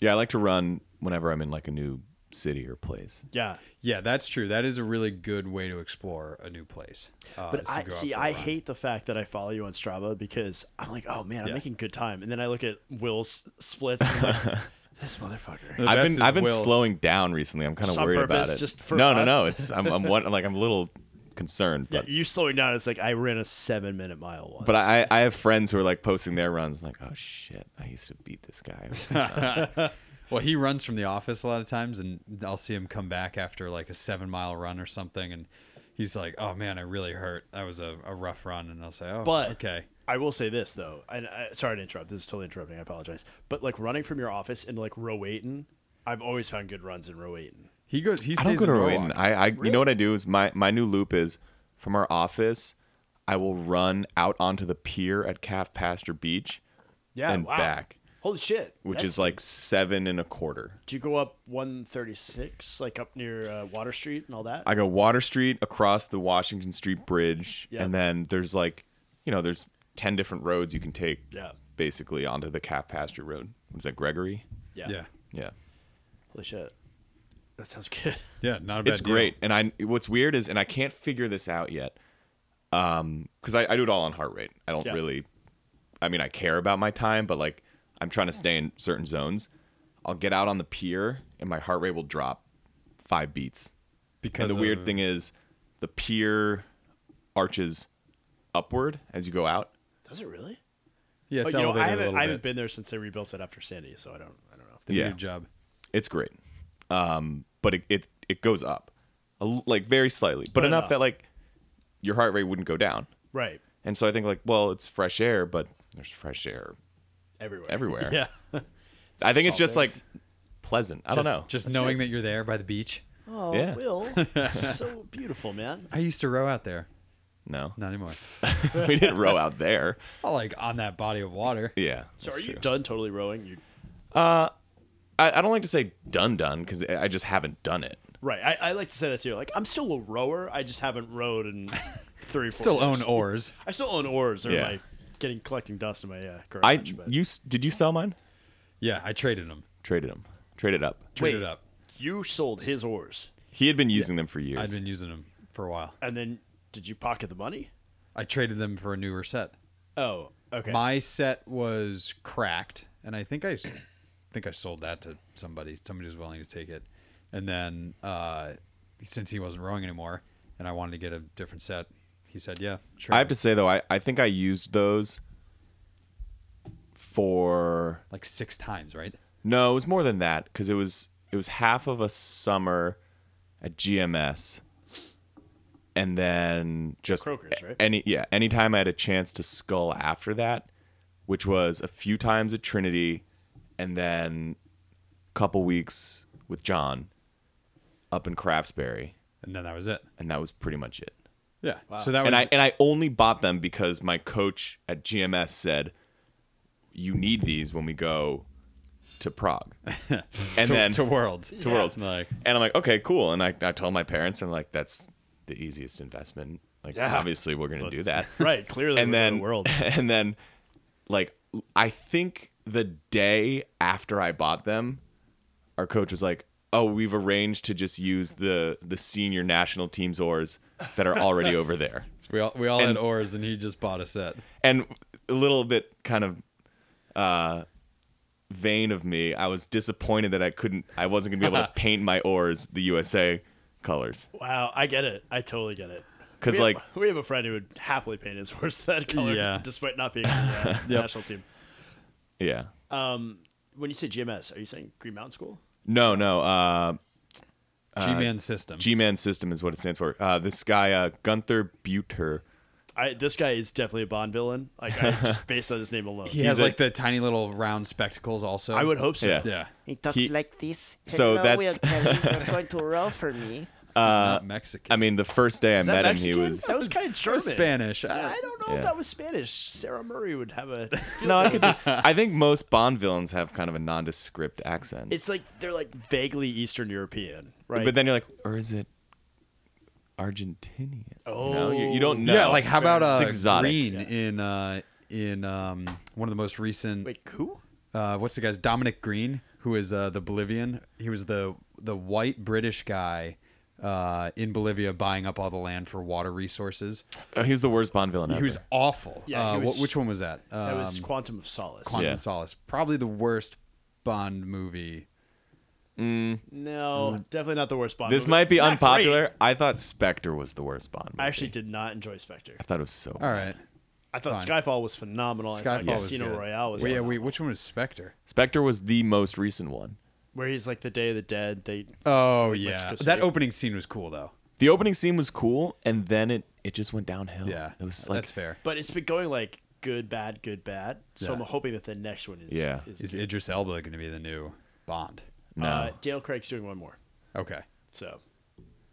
Yeah, I like to run whenever I'm in like a new city or place.
Yeah.
Yeah, that's true. That is a really good way to explore a new place. Uh, is
But
to
I
go out
see
for a
I
run.
hate the fact that I follow you on Strava because I'm like, "Oh man, I'm
Yeah.
making good time." And then I look at Will's splits and I'm like, this motherfucker.
The
I've
best
been
is
I've been
Will.
slowing down recently. I'm kind of
Just on
worried
purpose,
about it.
just for
no, no,
us?
no. It's I'm I'm, one, I'm like I'm a little concerned,
Yeah,
but
you slowing down is like I ran a 7-minute mile once.
but I I have friends who are like posting their runs. I'm like, oh shit, I used to beat this guy.
Well, he runs from the office a lot of times, and I'll see him come back after like a seven mile run or something, and he's like, "Oh man, I really hurt. That was a, a rough run." And I'll say, "Oh,
But-
okay,
I will say this though, and I, sorry to interrupt. This is totally interrupting. I apologize. But like running from your office into like Rowayton, I've always found good runs in Rowayton.
he goes. He
I don't
stays
go to
in
Rowan.
Norwalk.
I, I you know what I do is my my new loop is from our office. I will run out onto the pier at Calf Pasture Beach,
Yeah,
And
wow.
back.
Holy shit!
which
That's-
is like seven and a quarter.
do you go up one thirty six, like up near uh, Water Street and all that?
I go Water Street across the Washington Street Bridge,
Yeah.
and then there's like, you know, there's ten different roads you can take,
Yeah.
basically onto the Calf Pasture Road. Was that Gregory?
yeah.
Yeah,
Yeah,
Holy shit! That sounds good.
yeah, not a bad.
it's
deal.
great. And I, what's weird is, and I can't figure this out yet, um, because I, I do it all on heart rate. I don't
Yeah.
really, I mean, I care about my time, but like, I'm trying to stay in certain zones. I'll get out on the pier, and my heart rate will drop five beats.
because
And the
of-
weird thing is, the pier arches upward as you go out.
Does it really?
Yeah, it's
but, you know,
elevated
I
a
haven't
little
I
bit.
haven't been there since they rebuilt it after Sandy, so I don't I don't know.
the
Yeah.
new job.
It's great, um, but it, it it goes up, a l- like very slightly, but, enough
enough.
that like your heart rate wouldn't go down.
Right.
And so I think like, well, it's fresh air, but there's fresh air.
Everywhere.
Everywhere.
yeah.
I think it's
salt
just like pleasant. I
Just,
don't know.
Just knowing that you're there by the beach.
Oh,
Yeah.
Will, so beautiful, man.
I used to row out there.
no,
Not anymore.
we didn't row out there.
Oh, like on that body of water.
Yeah.
So are
that's
you
true.
done totally rowing? You
I, I don't like to say done done because I I just haven't done it.
Right. I, I like to say that too. Like I'm still a rower. I just haven't rowed in three. Four
Still own
years.
oars.
I still own oars. They're in
Yeah.
my getting collecting dust in my uh, garage.
I
but
you s- did you sell mine?
Yeah, I traded them.
Traded them. Traded up.
Traded
Wait.
up.
you sold his oars,
He had been using them for years.
I'd been using them for a while.
and then did you pocket the money?
I traded them for a newer set.
Oh, okay.
My set was cracked, and I think I s- think I sold that to somebody. Somebody was willing to take it, and then uh, since he wasn't rowing anymore, and I wanted to get a different set, he said, "Yeah, sure."
I have to say though, I, I think I used those for
like six times, right?
no, it was more than that because it was it was half of a summer at GMS, and then just
Croker's, right?
any yeah anytime I had a chance to skull after that, which was a few times at Trinity, and then a couple weeks with John up in Craftsberry,
And then that was it.
and that was pretty much it.
Yeah. So that was
and I and I only bought them because my coach at GMS said, "You need these when we go to Prague." and
to,
then
to worlds. To
Worlds.
Like
and I'm like, "Okay, cool." And I, I told my parents, and like, that's the easiest investment. Like,
Yeah.
obviously, we're gonna do that.
right. Clearly,
and
we're in
then
the world.
and then, like, I think the day after I bought them, our coach was like. Oh, we've arranged to just use the the senior national team's oars that are already over there
we all we all had
And-
oars, and he just bought a set.
and a little bit kind of uh vain of me i was disappointed that i couldn't i wasn't gonna be able to paint my oars the usa colors
wow. I get it. I totally get it.
'Cause,
We have-
like-
we have a friend who would happily paint his horse that color,
Yeah.
despite not being on the uh, national team.
yeah
Um, when you say GMS, are you saying Green Mountain School?
No, no. Uh,
G-Man system.
G-Man system is what it stands for. Uh, this guy uh, Gunther Buter.
I, this guy is definitely a Bond villain. Like I, just based on his name alone,
he has
a-
like the tiny little round spectacles. Also,
I would hope so.
Yeah.
Yeah,
He talks
He-
like this.
so
Hello,
that's-
Will Kelly, you're going to roll for me.
uh, not Mexican.
I mean, the first day I
Is that
met
Mexican?
him, he was.
that was kind of
Or
German.
Spanish. I don't-
I don't know
Yeah.
if that was Spanish. Sarah Murray would have a.
no, I could just. I think most Bond villains have kind of a nondescript accent.
It's like they're like vaguely Eastern European, right?
But then you're like, or is it Argentinian?
Oh,
You, know, you, you don't know.
yeah, like how about
It's
uh,
exotic.
Green in uh, in um, one of the most recent
wait, who?
uh, what's the guy's Dominic Green, who is uh, the Bolivian. He was the the white British guy uh, in Bolivia buying up all the land for water resources.
Oh, he's the worst Bond villain ever.
He was awful.
Yeah, he
uh, wh-
was-
which one was that? Um,
That was Quantum of Solace.
Quantum
Yeah.
of Solace. Probably the worst Bond movie.
No, definitely not the worst Bond.
this
movie.
might be
Not
unpopular.
great.
I thought Spectre was the worst Bond. Movie.
I actually did not enjoy Spectre.
I thought it was so.
All right,
I thought
Fine.
Skyfall was phenomenal. I
Skyfall
thought
was
Casino
good.
Royale was
Wait, yeah,
awesome.
wait, which one was Spectre?
Spectre was the most recent one.
where he's like the Day of the Dead. They
Oh
like
yeah,
Mexico
that
City.
opening scene was cool though.
The opening scene was cool, and then it it just went downhill.
Yeah,
Oh, it was like
that's fair.
But it's been going like good, bad, good, bad. So I'm
Yeah.
hoping that the next one is.
Yeah.
Is,
Is Idris Elba going to be the new Bond?
no.
Uh, Dale Craig's doing one more.
Okay.
So.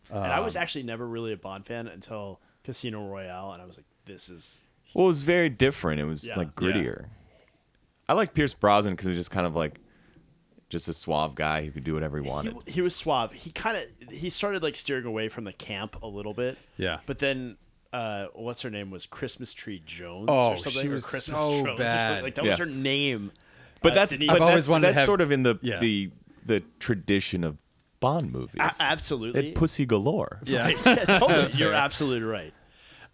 and I
Um,
was actually never really a Bond fan until Casino Royale, and I was like, this is.
well, it was very different. It was
Yeah.
like grittier. I like Pierce Brosnan because he was just kind of like just a suave guy who could do whatever he
He,
wanted.
he was suave. He kind of he started like steering away from the camp a little bit.
Yeah.
But then, uh, what's her name was Christmas Tree Jones
Oh,
or something,
she
or
was
Christmas
so
Jones. or something.
bad.
Like that
Yeah.
was her name.
but
Uh,
that's
Denise-
but
I've always
that's,
wanted to
that's
have-
sort of in the
yeah.
the the tradition of Bond movies.
A- absolutely.
They had pussy galore.
Yeah.
yeah, totally. You're absolutely right.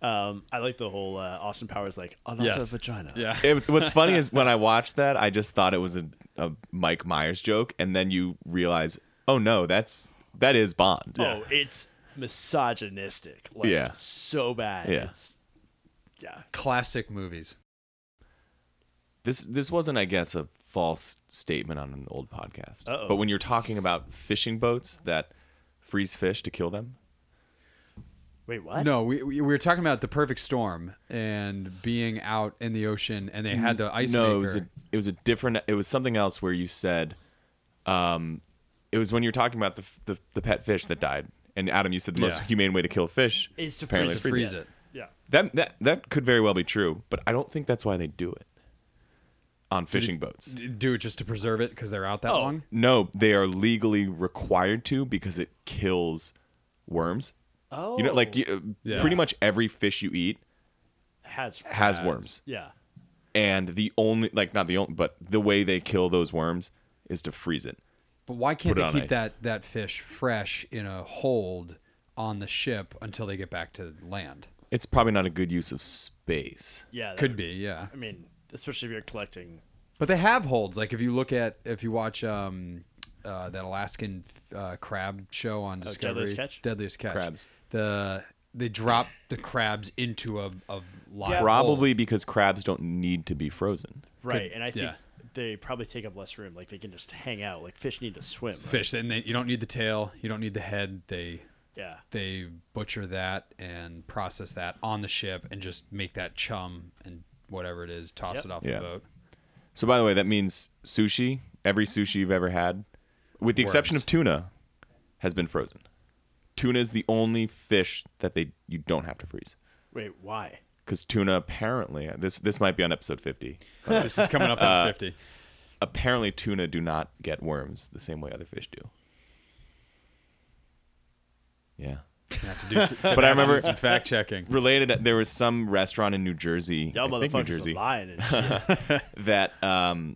Um, I like the whole uh, Austin Powers like another
Yes.
vagina.
Yeah.
It was, what's funny is when I watched that, I just thought it was a, a Mike Myers joke, and then you realize, oh no, that's that is Bond.
Oh, it's misogynistic. Like,
Yeah.
So bad.
Yeah.
It's, yeah.
Classic movies.
This this wasn't, I guess, a false statement on an old podcast.
Uh-oh.
But when you're talking about fishing boats that freeze fish to kill them,
Wait, what?
No, we, we were talking about the perfect storm and being out in the ocean, and they had the ice
Mm-hmm.
maker.
no, it was a it was a different. It was something else where you said, um, it was when you're talking about the f- the, the pet fish that died. And Adam, you said the most
Yeah.
humane way to kill fish
Is to
apparently
freeze
to freeze it.
Yeah.
That that that could very well be true, but I don't think that's why they do it on fishing boats.
D- Do it just to preserve it because they're out that
Oh.
long.
No, they are legally required to because it kills worms.
Oh.
You know, like you,
Yeah.
pretty much every fish you eat
has.
has worms,
Yeah.
and the only like not the only, but the way they kill those worms is to freeze it.
But why can't
Put it
they
on
keep
ice.
that that fish fresh in a hold on the ship until they get back to land?
It's probably not a good use of space.
Yeah. that
Could
would-
be, yeah.
I mean, especially if you're collecting.
But they have holds. Like if you look at if you watch um, uh, that Alaskan uh, crab show on Discovery,
Oh, Deadliest Catch?
Deadliest Catch.
Crabs.
The they drop the crabs into a, a live
Yeah.
Probably because crabs don't need to be frozen.
Right. and I think
yeah.
they probably take up less room. Like they can just hang out. Like fish need to swim. right?
fish, and they, you don't need the tail, you don't need the head. They
Yeah.
they butcher that and process that on the ship and just make that chum and whatever it is, toss
Yep.
it off
Yeah.
the boat.
So by the way, that means sushi, every sushi you've ever had, with the exception
Worms.
of tuna, has been frozen. Tuna is the only fish that they you don't have to freeze.
Wait, why?
Because tuna apparently this this might be on episode fifty.
this is coming up at fifty.
Apparently tuna do not get worms the same way other fish do. Yeah.
Have to do some,
But I remember
some fact checking.
related there was some restaurant in New Jersey.
Y'all
I think New
motherfuckers
Jersey.
are lying and shit.
that um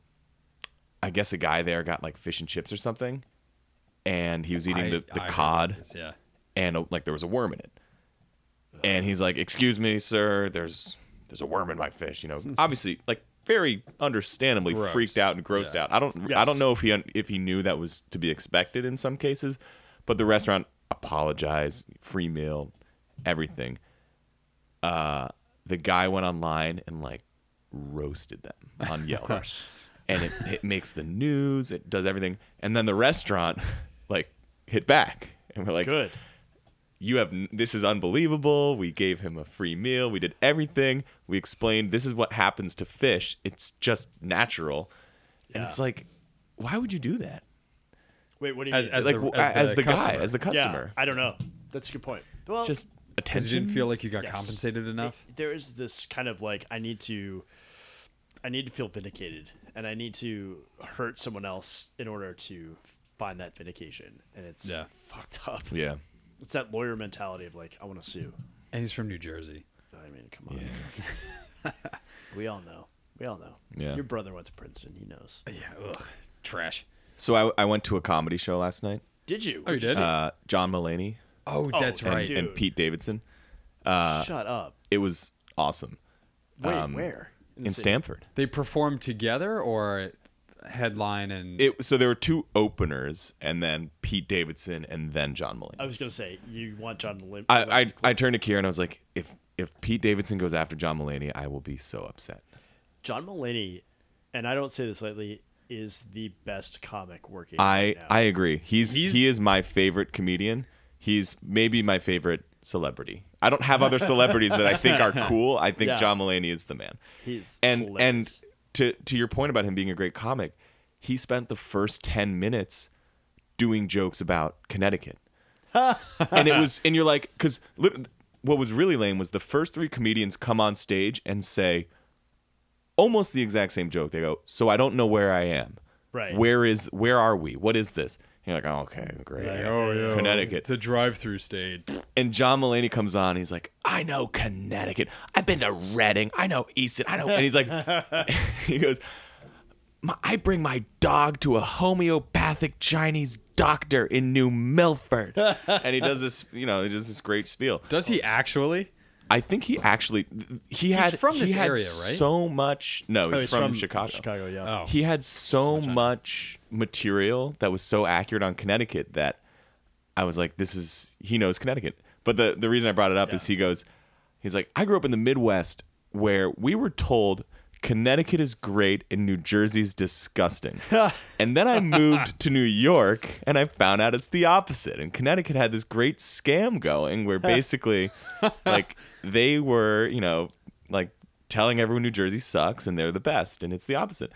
I guess a guy there got like fish and chips or something and he was eating
I-
the, the
I heard
cod
this, yeah.
and uh, like there was a worm in it. And he's like, "Excuse me, sir, there's there's a worm in my fish." You know,
Hmm.
obviously, like very understandably
Gross.
freaked out and grossed
Yeah.
out. I don't I
Yes.
don't know if he un- if he knew that was to be expected in some cases, but the restaurant apologized, free meal, everything. Uh, the guy went online and like roasted them on Yelp.
Of course.
and it, it makes the news. It does everything, and then the restaurant like hit back, and we're like,
Good.
you have n- this is unbelievable. We gave him a free meal. We did everything. We explained this is what happens to fish. It's just natural. And
Yeah.
it's like, why would you do that?
Wait, what do you
As-
mean?
as
like
the-
w- as,
the
the, guy,
customer.
as the
yeah,
customer,
I don't know. That's a good point.
Well,
just
Because
attention.
you didn't feel like you got
Yes.
compensated enough.
there is this kind of like I need to I need to feel vindicated and I need to hurt someone else in order to find that vindication and it's
Yeah.
fucked up.
yeah.
It's that lawyer mentality of like I want to sue.
And he's from New Jersey.
I mean, come on. we all know. We all know.
Yeah.
Your brother went to Princeton, he knows.
Yeah, ugh, trash.
So I, I went to a comedy show last night.
Did you?
Oh, you did?
Uh, John Mulaney
oh,
oh,
that's
and,
right.
dude.
and Pete Davidson.
Shut up.
It was awesome
Wait,
Uh, um,
where? the
in
city?
Stamford.
They performed together or headline and
It so there were two openers, and then Pete Davidson, and then John Mulaney.
I was going to say you want John to live.
I, I, I turned to Kieran and I was like, if if Pete Davidson goes after John Mulaney, I will be so upset.
John Mulaney, and I don't say this lightly, is the best comic working.
I
right now.
I agree. He's,
He's-
he is my favorite comedian. He's maybe my favorite celebrity. I don't have other celebrities that I think are cool. I think
Yeah.
John Mulaney is the man.
He's
and
hilarious.
and to to your point about him being a great comic, he spent the first ten minutes doing jokes about Connecticut, and it was and you're like because what was really lame was the first three comedians come on stage and say almost the exact same joke. They go, "So I don't know where I am.
Right.
Where is where are we? What is this?" And you're like, oh, "Okay, great." Connecticut.
It's a drive-through state.
And John Mulaney comes on. He's like, I know Connecticut. I've been to Reading. I know Easton. I know. And he's like, he goes, "My- I bring my dog to a homeopathic Chinese doctor in New Milford. and he does this, you know, he does this great spiel.
Does he actually?
I think he actually, he had
from
he
this
had
area, right?
So much. No, he's,
he's
from,
from
Chicago.
Chicago, yeah.
Oh,
He had so much material that was so accurate on Connecticut that I was like, this is he knows Connecticut. But the the reason I brought it up is he goes, he's like, I grew up in the Midwest where we were told Connecticut is great and New Jersey's disgusting. and then I moved to New York and I found out it's the opposite. And Connecticut had this great scam going where basically like they were, you know, like telling everyone New Jersey sucks and they're the best and it's the opposite.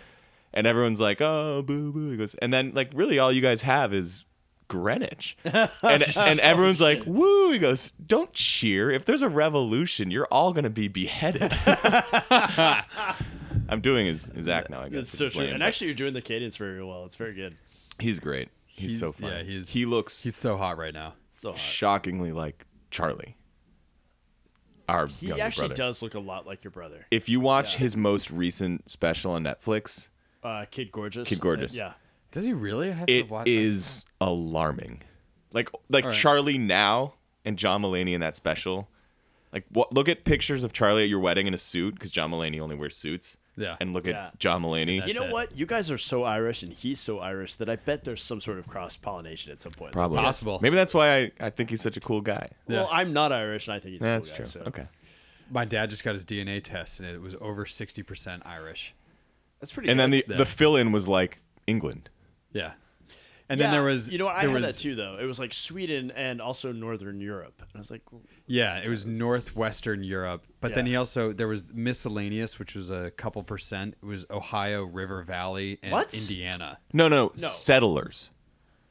And everyone's like, "Oh, boo boo." He goes, and then like really all you guys have is Greenwich. And, and everyone's like, woo. He goes, don't cheer. If there's a revolution, you're all going to be beheaded. I'm doing his, his act now, I guess.
That's
which
so
is
true.
lame,
and
but
actually, you're doing the cadence very well. It's very good.
he's great. He's, so
He's-
funny.
yeah, he's-
he looks
he's so hot right now.
So hot.
shockingly like Charlie, our
he
younger
actually
brother.
does look a lot like your brother,
If you watch his most recent special on Netflix,
uh, Kid Gorgeous.
Kid Gorgeous.
Yeah,
Does he really? I have
it
to watch
is alarming. Like like Charlie now and John Mulaney in that special. Like what? Look at pictures of Charlie at your wedding in a suit because John Mulaney only wears suits.
Yeah.
And look
Yeah.
at John Mulaney.
you know
it.
what? You guys are so Irish, and he's so Irish that I bet there's some sort of cross pollination at some point.
Probably
possible.
Maybe that's why I, I think he's such a cool guy.
Well, I'm not Irish, and I think he's a
That's
cool guy,
true.
so-
Okay.
My dad just got his DNA test and it was over 60% Irish.
that's pretty.
And then the
good.
Yeah.
the fill in was like England.
Yeah. And then there
Yeah,
was
you know, what? I
there
had
was-
that too, though. It was like Sweden and also Northern Europe, and I was like, well,
Yeah, it was northwestern Europe. But then
Yeah.
he also there was miscellaneous, which was a couple percent. It was Ohio, River Valley, and
What?
Indiana.
No, no, settlers.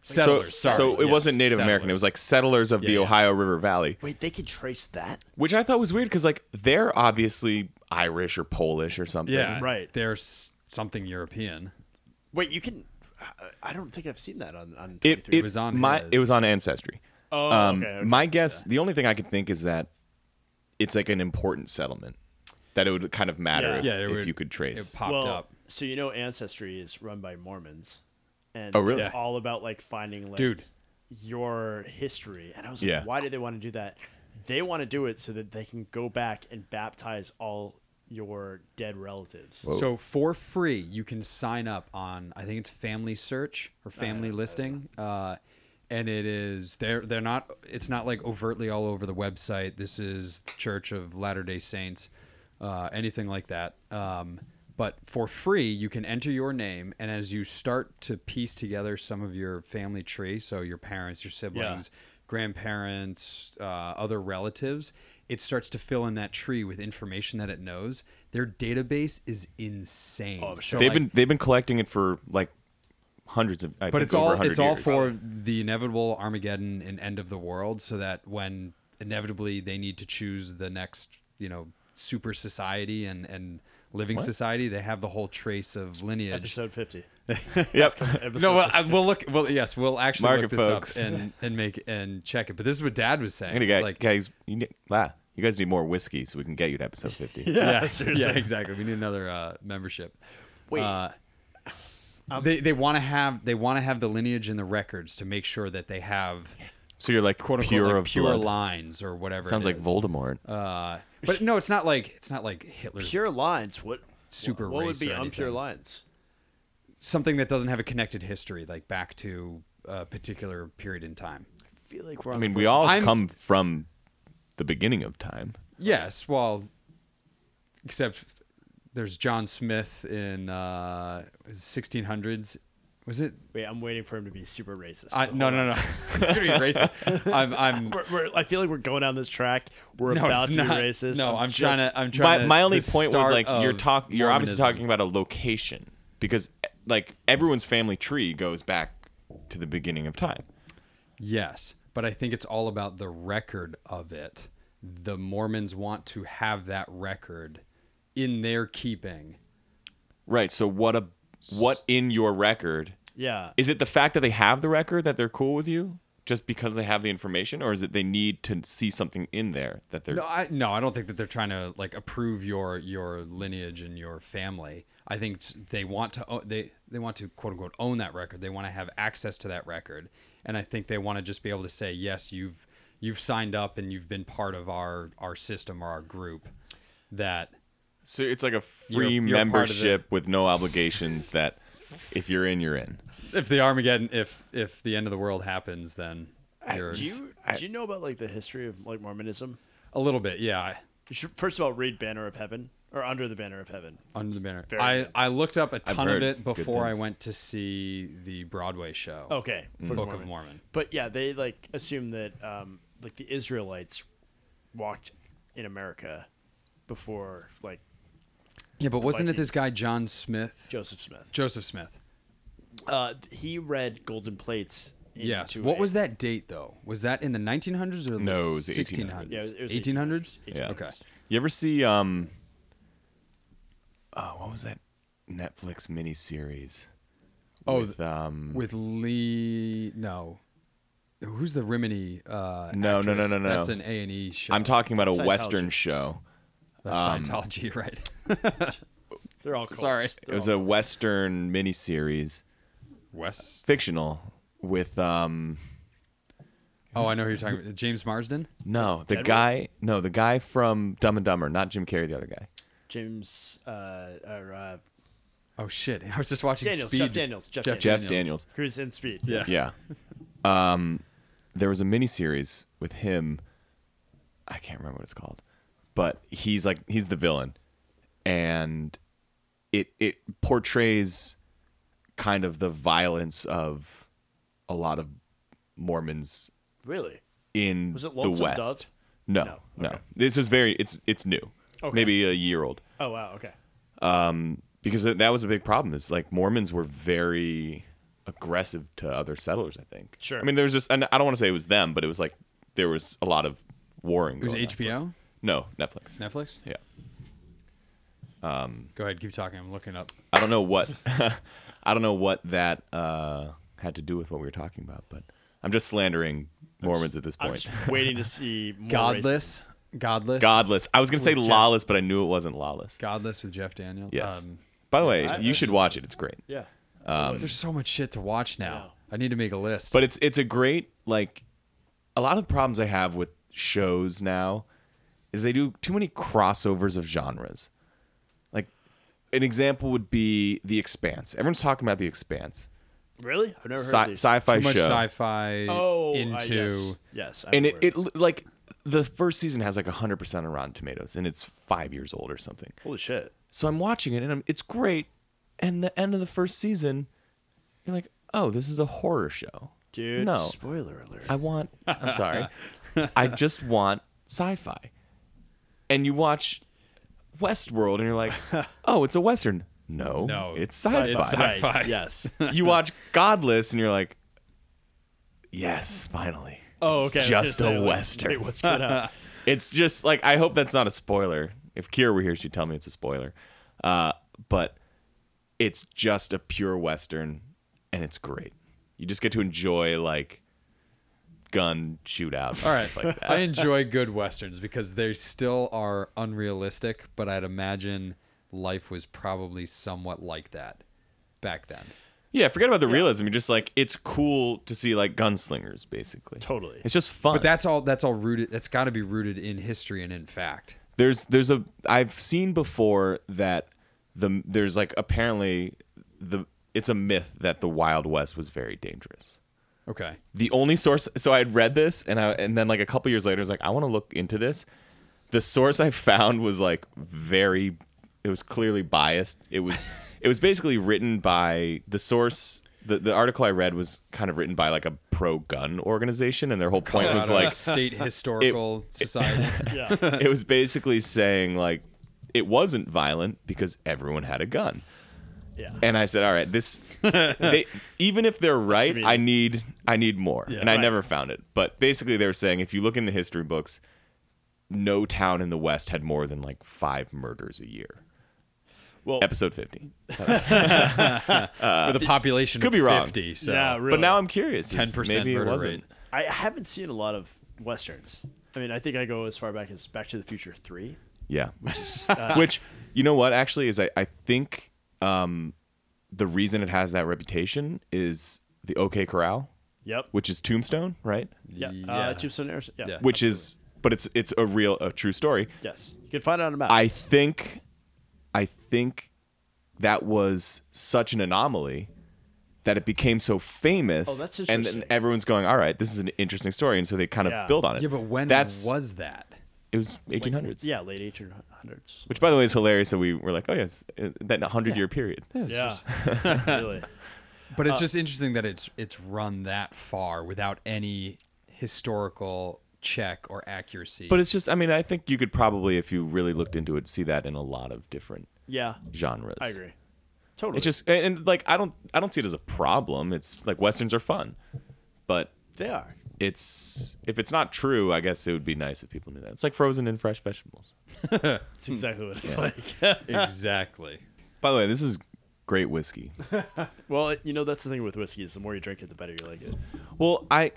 Settlers,
so,
sorry.
so it
yes,
wasn't Native American.
settlers.
It was like settlers of the
yeah.
Ohio River Valley,
wait, they could trace that?
which I thought was weird because like they're obviously Irish or Polish or something.
Yeah,
Right.
There's something European.
Wait, you can. I- I don't think I've seen that on on.
It,
23.
it
was on
my
his.
it was on Ancestry.
oh,
Um,
okay, okay.
My guess, the only thing I could think is that it's like an important settlement that it would kind of matter
Yeah.
if,
Yeah, it
if
would-
you could
It
trace.
popped
well,
up.
So you know, Ancestry is run by Mormons, and
Oh, really?
they're
Yeah.
all about like finding like
Dude.
your history. And I was like,
Yeah.
why do they want to do that? They want to do it so that they can go back and baptize all your dead relatives.
Whoa.
So for free, you can sign up on I think it's Family Search or Family Listing, uh, and it is they're they're not it's not like overtly all over the website. This is Church of Latter Day Saints, uh, anything like that. Um, But for free, you can enter your name, and as you start to piece together some of your family tree, so your parents, your siblings, grandparents, uh, other relatives, it starts to fill in that tree with information that it knows. Their database is insane.
Oh, I'm
So,
they've
like-
been they've been collecting it for like hundreds of. I
but
think
it's
over
all
100
it's all
years.
for the inevitable Armageddon and end of the world, so that when inevitably they need to choose the next, you know, super society and and living society, they have the whole trace of lineage.
Episode 50.
Yep.
Episode
No, well, I- we'll look. Well, yes, we'll actually
Mark
look
it,
this
folks.
up and and make and check it. But this is what Dad was saying.
I'm gonna
It's
get
like,
guys. You need, ah, you guys need more whiskey so we can get you to episode 50.
yeah,
yeah,
seriously.
yeah, exactly. We need another uh, membership.
Wait.
Uh, they they want to have they want to have the lineage in the records to make sure that they have
So you're like
quote
pure
unquote like
of
pure
blood.
lines or whatever.
Sounds
it
like
is.
Voldemort.
Uh, but no, it's not like it's not like Hitler's
Pure lines. What
Super
What would
race
be
or
unpure
anything.
lines?
something that doesn't have a connected history, like back to a particular period in time.
I feel like we're.
I mean, we all
I'm-
come from the beginning of time.
Yes, well, except there's John Smith in uh, 1600s. Was it?
Wait, I'm waiting for him to be super racist.
I,
so
no,
hold
no,
on.
no. You're being racist. I'm. I'm
We're, we're, I feel like we're going down this track. We're
no,
about
it's
to
not-
be racist.
No, I'm,
just-
trying to. I'm trying.
My,
to,
my only
the
point was
start
like you're
of
talk. You're obviously
Mormonism.
talking about a location because like everyone's family tree goes back to the beginning of time.
Yes, but I think it's all about the record of it. The Mormons want to have that record in their keeping.
Right. So what a what in your record
Yeah.
is it the fact that they have the record that they're cool with you just because they have the information or is it they need to see something in there that they're
No, I no, I don't think that they're trying to like approve your your lineage and your family. I think s- they want to o- they they want to quote unquote own that record. They want to have access to that record, and I think they want to just be able to say yes, you've you've signed up and you've been part of our our system or our group. That
so it's like a
You're-
free
you're part of the-
membership with no obligations that if you're in you're in
if the Armageddon, if if the end of the world happens, then you're
do you do you know about like the history of like Mormonism?
a little bit, yeah. I-
You should first of all read Banner of Heaven or Under the Banner of Heaven.
Under the banner.
Very
I,
good.
I looked up a ton of
heard
it
good
before I
things.
went to see the Broadway show.
Okay,
Book of Mormon.
But yeah, they like assume that um, like the Israelites walked in America before like
Yeah, but wasn't it this guy
Vikings.
John Smith?
Joseph Smith.
Joseph Smith.
Uh, he read Golden Plates.
Yes.
into
What
a-
was that date though? Was that in the 1900s or the
No, it was the
1600s?
Yeah, it was
1800s.
1800s.
Yeah.
Okay.
you ever see um oh what was that netflix miniseries
Oh,
with, um
With Lee, no. Who's the Rimini? Uh,
No, no, no,
actress?
no, no.
That's an A and E show.
i'm talking um, about a
Scientology.
western show
That's Scientology, right?
They're all cults. Oh.
Sorry.
They're
it was
all-
a western miniseries
West
fictional with um
Oh, I know who you're talking about. James Marsden?
no the guy no the guy from dumb and dumber not jim carrey the other guy
James uh, or, uh,
Oh shit. I was just watching
Daniels,
Speed.
Jeff Daniels, Jeff,
Jeff
Jeff
Daniels.
Daniels.
Daniels.
Who's in Speed?
Yeah.
Yeah. Um, there was a miniseries with him. I can't remember what it's called, but he's like he's the villain, and it it portrays kind of the violence of a lot of Mormons
Really?
in
Was it
the
Lonesome
West.
Dove?
No,
No.
no,
Okay.
This is very it's it's new,
Okay.
maybe a year old
Oh wow. Okay.
because th- that was a big problem is like mormons were very aggressive to other settlers i think
Sure.
i mean there was just and i don't want to say it was them but it was like there was a lot of warring
It was
going on.
HBO?
no netflix
Netflix?
yeah
Go ahead, keep talking. I'm looking up.
i don't know what i don't know what that uh had to do with what we were talking about but i'm just slandering mormons at this
I'm
point
just waiting to see more racism.
Godless. Godless.
godless i was gonna say
Jeff-
lawless but i knew it wasn't lawless
Godless with Jeff Daniels.
yes
Um,
by the way
I- I
you should
just-
watch it it's great
Yeah.
there's so much shit to watch now. I need to make a list.
Um, But it's it's a great like a lot of the problems I have with shows now is they do too many crossovers of genres. Like an example would be The Expanse. Everyone's talking about The Expanse.
Really? I've never heard
Sci-
of these.
sci-fi
too much
show.
sci-fi
oh, I-
into
yes. yes I'm
and it,
aware.
it like the first season has like 100% on Rotten Tomatoes and it's five years old or something.
Holy shit.
So I'm watching it and I'm, it's great. And the end of the first season, you're like, oh, this is a horror show.
Dude,
no.
spoiler alert.
I want, I'm sorry. I just want sci fi. And you watch Westworld and you're like, oh, it's a Western. No,
No,
it's
it's
sci
sci-fi.
fi.
Right,
Sci-fi.
Yes.
You watch Godless and you're like, yes, finally.
Oh,
It's
okay. I was gonna
just
say,
a
like,
Western.
wait, what's going on?
It's just like I hope that's not a spoiler. If Kira were here, she'd tell me it's a spoiler. Uh, but it's just a pure western, and it's great. You just get to enjoy like gun shootouts.
All
All
right.
right, like that.
I enjoy good westerns because they still are unrealistic, but I'd imagine life was probably somewhat like that back then.
yeah, forget about the realism. You're just like it's cool to see like gunslingers, basically.
Totally.
it's just fun.
But that's all that's all rooted that's got to be rooted in history and in fact.
there's there's a I've seen before that the there's like apparently the it's a myth that the Wild West was very dangerous.
Okay.
the only source so i had read this and i and then like a couple years later i was like i want to look into this the source i found was like very it was clearly biased it was it was basically written by the source the, the article i read was kind of written by like a pro-gun organization and their whole point was
Colorado
like
state historical society.
Yeah.
it was basically saying like it wasn't violent because everyone had a gun
Yeah.
and I said, "All right, this. They, even if they're right,
convenient.
I need I need more." and I
Right.
never found it. But basically, they were saying if you look in the history books, no town in the West had more than like five murders a year.
Well,
Episode fifty.
with a population
uh, could
of
be wrong.
50, so
yeah, really.
But now I'm curious. is
10%
maybe it
murder rate.
wasn't.
I haven't seen a lot of westerns. I mean, I think I go as far back as Back to the Future Three.
Yeah. Which, which you know what actually is I I think um, the reason it has that reputation is the OK Corral,
Yep.
which is Tombstone, right?
Yeah.
Yeah.
Uh, Tombstone, Arizona. Yeah.
Yeah.
Which is but it's it's a real a true story.
Yes. You can find it on a map.
I think, I think that was such an anomaly that it became so famous.
Oh, that's
And then
interesting.
everyone's going, all right, this is an interesting story, and so they kind of
Yeah.
build on it.
Yeah, but when
that's
was that?
it was 1800s,
yeah, late 1800s.
which by the way is hilarious. So we were like, oh yes, uh, that 100 year period.
Yeah. really.
But it's just interesting that it's it's run that far without any historical check or accuracy.
But it's just, I mean, I think you could probably, if you really looked into it, see that in a lot of different
Yeah.
genres.
I agree. Totally.
It's just, and, and like, I don't, I don't see it as a problem. It's like westerns are fun, but
they are.
it's if it's not true, I guess it would be nice if people knew that. It's like frozen and fresh vegetables.
Hmm.
It's exactly what it's like.
exactly.
By the way, this is great whiskey.
Well, you know that's the thing with whiskey is the more you drink it, the better you like it.
well, I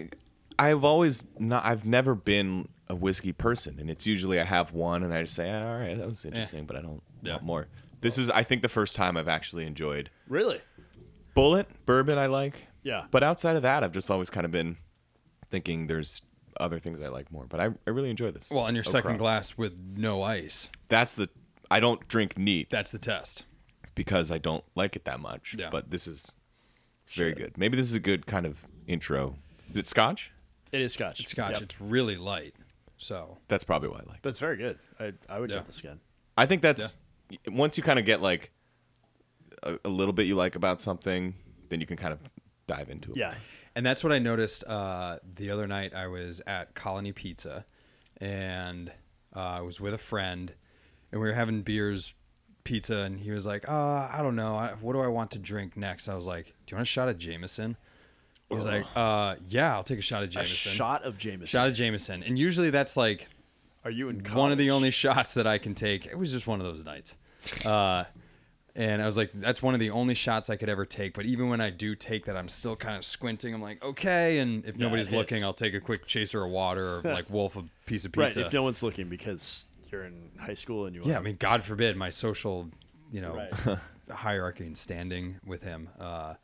I've always not I've never been a whiskey person, and it's usually I have one and I just say, "Ah, all right, that was interesting, but I don't
Yeah.
want more. This is I think the first time I've actually enjoyed
Really?
bullet bourbon. I like,
Yeah.
but outside of that, I've just always kind of been thinking there's other things I like more. But I, I really enjoy this.
Well, and your
Oak
second
Cross.
glass with no ice.
That's the I don't drink neat.
That's the test.
because I don't like it that much.
Yeah.
But this is it's very good. Maybe this is a good kind of intro. Is it Scotch?
It is scotch.
It's Scotch,
Yep.
it's really light. So
That's probably why I like. it.
But it's very good. I I would
Yeah.
get this again.
I think that's once you kind of get like a, a little bit you like about something, then you can kind of dive into it.
Yeah.
And that's what I noticed uh, the other night. I was at Colony Pizza, and uh, I was with a friend, and we were having beers, pizza, and he was like, uh, "I don't know, I, what do I want to drink next?" I was like, "Do you want a shot of Jameson?" He was like, uh, "Yeah, I'll take a shot of
A
Jameson."
shot of Jameson.
Shot of Jameson, and usually that's like
Are you in college?
one of the only shots that I can take. It was just one of those nights. Uh, and I was like, that's one of the only shots I could ever take. But even when I do take that, I'm still kind of squinting. I'm like, okay. And if nobody's
it hits.
looking, I'll take a quick chaser of water or like wolf a piece of
Right.
pizza.
If no one's looking because you're in high school and you
yeah, I
want
mean, God forbid my social, you know,
Right.
hierarchy and standing with him. Uh,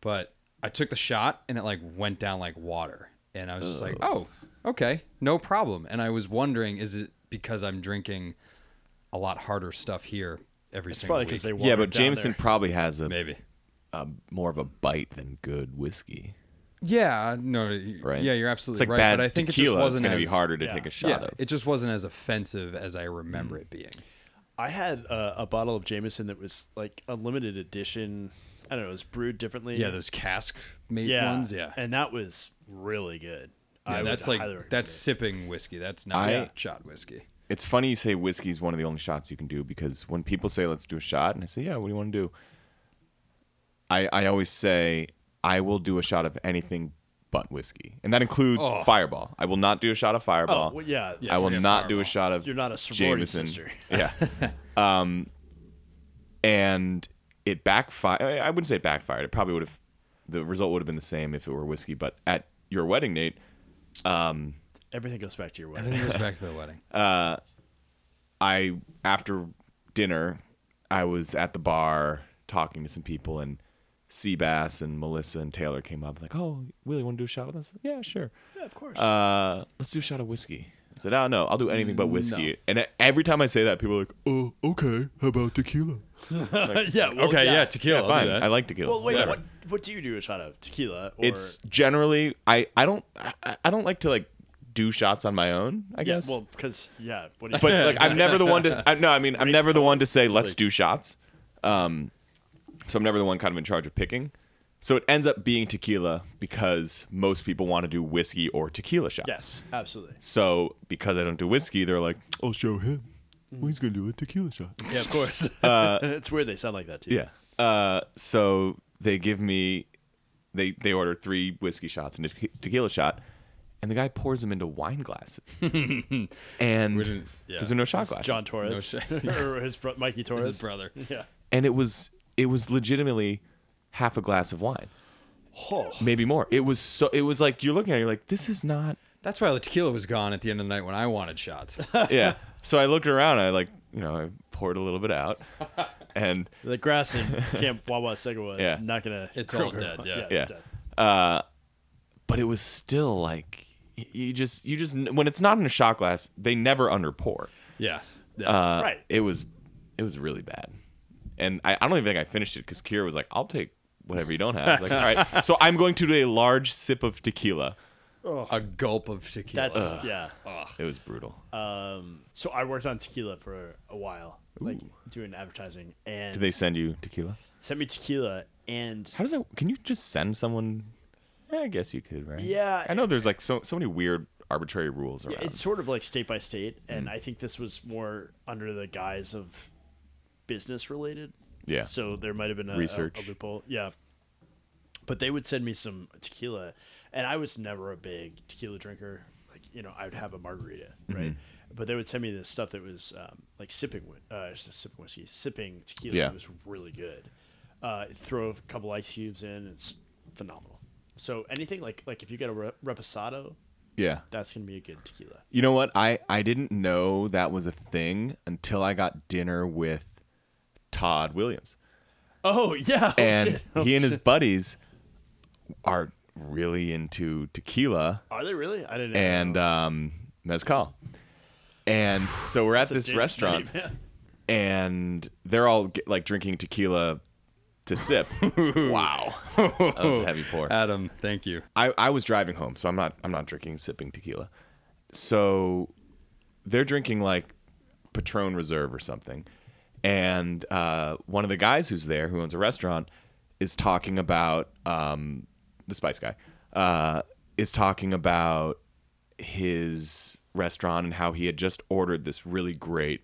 but I took the shot and it like went down like water. And I was just like, oh, okay, no problem. And I was wondering, is it because I'm drinking a lot harder stuff here every
It's
single
probably
week?
because they want
Yeah, but Jameson probably has a,
Maybe.
a more of a bite than good whiskey.
Yeah, no, y-
Right.
yeah, you're
It's
absolutely
like
right.
bad
but I think it just
tequila is
wasn't
going to
as
be harder to
yeah.
take a shot
Yeah,
of.
it just wasn't as offensive as I remember it being.
I had uh, a, a bottle of Jameson that was like a limited edition. I don't know. It was brewed differently.
Yeah, those cask made
yeah,
ones. Yeah,
and that was really good.
Yeah,
I would
that's
highly recommend
like that's
it.
sipping whiskey. That's not
I-
shot whiskey.
It's funny you say whiskey is one of the only shots you can do because when people say let's do a shot, and I say yeah, what do you want to do? I I always say I will do a shot of anything but whiskey, and that includes
Oh.
Fireball. I will not do a shot of Fireball.
Oh, well, yeah.
Yeah,
I will
forget
not do
Fireball.
a shot of
You're not a sorority
Jameson.
sister.
Yeah. um, and it backfired. I wouldn't say it backfired. It probably would have. The result would have been the same if it were whiskey. But at your wedding, Nate,
Everything goes back to your wedding.
Everything goes back to the wedding.
I after dinner, I was at the bar talking to some people, and Seabass and Melissa and Taylor came up like, "Oh, Willie, want to do a shot with us?" Yeah, sure.
yeah, of course.
Uh, let's do a shot of whiskey. I said, "Oh no, I'll do anything but
Mm,
whiskey." And e-, every time I say that, people are like, "Oh, okay. How about tequila?"
yeah. well,
okay, yeah, tequila. I'll do
Fine,
that.
I like tequila.
Well, wait.
Whatever.
What what do you do a shot of? Tequila? Or,
it's generally I I don't I, I don't like to like do shots on my own. I
yeah,
guess.
well, because yeah. What do you?
but like I'm never the one to. I, no, I mean I'm never the one to say let's do shots. Um, so I'm never the one kind of in charge of picking. So it ends up being tequila because most people want to do whiskey or tequila shots.
yes, absolutely.
So because I don't do whiskey, they're like, I'll show him. Well, he's gonna do a tequila shot.
Yeah, of course. it's weird they sound like that too.
Yeah. Uh, so they give me, they they order three whiskey shots and a te- tequila shot, and the guy pours them into wine glasses, and because
didn't- yeah.
there are no shot glasses,
John Torres
No
or his bro- Mikey Torres.
His brother.
Yeah.
and it was it was legitimately half a glass of wine,
Oh.
maybe more. It was so it was like you're looking at it, you're like this is not
That's why the tequila was gone at the end of the night when I wanted shots.
yeah. so I looked around, I like you know I poured a little bit out, and
The grass in Camp Wawa Segawa
Yeah.
is not gonna.
It's
grow
all
very
dead,
much.
yeah.
it's
Yeah. Uh,
dead.
but it was still like y- you just you just when it's not in a shot glass they never underpour.
yeah. yeah.
Uh,
Right.
It was it was really bad, and I, I don't even think I finished it because Kira was like, "I'll take whatever you don't have." I was like, "All right." So I'm going to do a large sip of tequila.
a gulp of tequila.
That's yeah.
It was brutal.
Um, so I worked on tequila for a while, like doing advertising, and
Did they send you tequila?
sent me tequila, and
How does that? Can you just send someone? Eh, I guess you could, right?
Yeah.
I know there's like so so many weird arbitrary rules around.
it's sort of like state by state, and
Hmm.
I think this was more under the guise of business related.
yeah.
So there might have been a, a-
Research.
a, loophole. Yeah. But they would send me some tequila, and I was never a big tequila drinker. Like you know, I would have a margarita,
Mm-hmm.
right? But they would send me this stuff that was um, like sipping, whi- uh, s- sipping whiskey, sipping tequila.
Yeah.
It was really good. Uh, throw a couple ice cubes in, it's phenomenal. So anything like like if you get a re- reposado,
yeah.
that's gonna be a good tequila.
You know what? I I didn't know that was a thing until I got dinner with Todd Williams.
Oh yeah, oh,
and
shit. Oh,
he and his
shit.
buddies are really into tequila
are they really? I didn't.
and um, mezcal. And so we're at this restaurant, and they're all ge- like drinking tequila to sip. wow, that was a heavy pour.
Adam, thank you.
I, I was driving home, so I'm not I'm not drinking sipping tequila. So they're drinking like Patron Reserve or something, and uh, one of the guys who's there, who owns a restaurant, is talking about um, the Spice Guy uh, is talking about his restaurant and how he had just ordered this really great,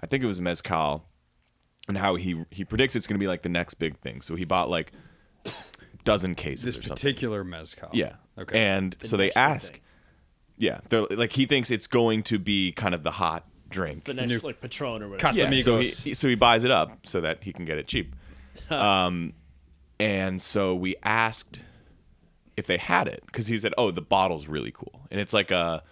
I think it was mezcal, and how he he predicts it's going to be like the next big thing. So he bought like dozen cases.
This
or something.
particular mezcal.
Yeah.
Okay.
And so they
Oh, next big
ask.
thing.
Yeah, they're like he thinks it's going to be kind of the hot drink.
the next like Patron or whatever.
Cus-
yeah, so he
Casamigos.
he- so he buys it up so that he can get it cheap. um, and so we asked if they had it because he said, "Oh, the bottle's really cool, and it's like a,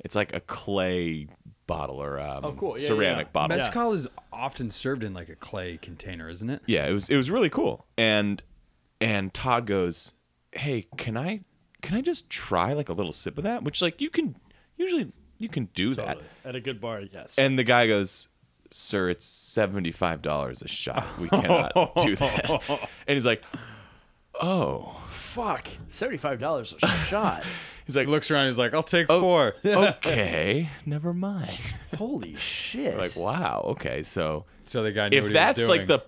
it's like a clay bottle or um,
Oh, cool. Yeah, yeah,
ceramic
yeah.
bottle.
Mezcal is often served in like a clay container, isn't it?
yeah it was it was really cool and and todd goes hey can i can i just try like a little sip of that which like you can usually you can do that
Totally. At a good bar, yes.
and the guy goes sir it's $75 a shot we cannot do that and he's like oh.
Fuck, seventy-five dollars a shot.
He's like,
looks around. He's like, I'll
Oh.
take four.
okay, never mind.
Holy shit!
like, wow, okay, so
So the guy knew what
if
he
that's
was
like
doing.
the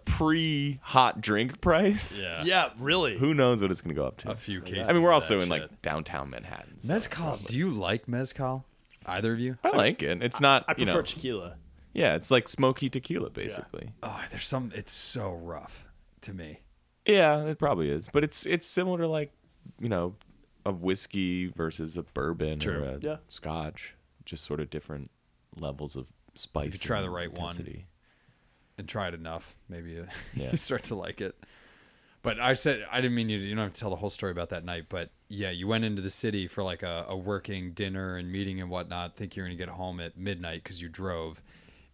pre-hot drink price,
yeah,
yeah, really.
who knows what it's gonna go up to?
a few cases.
I mean, we're
of
also
that
in
shit.
like downtown Manhattan. so
mezcal. Do you like mezcal? Either of you?
I like it. It's not,
I
you
prefer
know,
tequila.
yeah, it's like smoky tequila basically.
Oh, there's some. It's so rough to me.
Yeah, it probably is, but it's it's similar to like you know a whiskey versus a bourbon
True.
or a
Yeah.
scotch, just sort of different levels of spice.
could try the
and
right one.
intensity.
and try it enough, maybe you,
Yeah.
you start to like it. But I said I didn't mean you. To, you don't have to tell the whole story about that night, but yeah, you went into the city for like a, a working dinner and meeting and whatnot. Think you're gonna get home at midnight because you drove,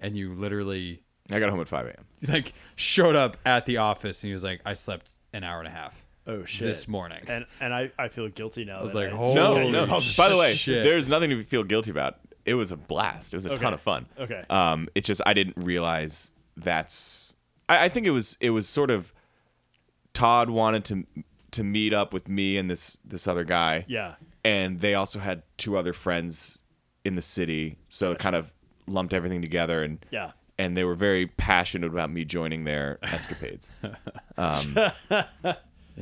and you literally
I got home at five a.m.
like showed up at the office and he was like, "I slept an hour and a half
Oh shit!
this morning."
and and I, I feel guilty now. I
was like,
I,
No,
Holy
no.
Oh,
By the way,
shit.
there's nothing to feel guilty about. It was a blast. It was a
Okay.
ton of fun.
Okay.
Um, it's just I didn't realize that's. I, I think it was it was sort of. Todd wanted to to meet up with me and this this other guy.
yeah,
and they also had two other friends in the city so it kind of lumped everything together and
yeah.
and they were very passionate about me joining their escapades um,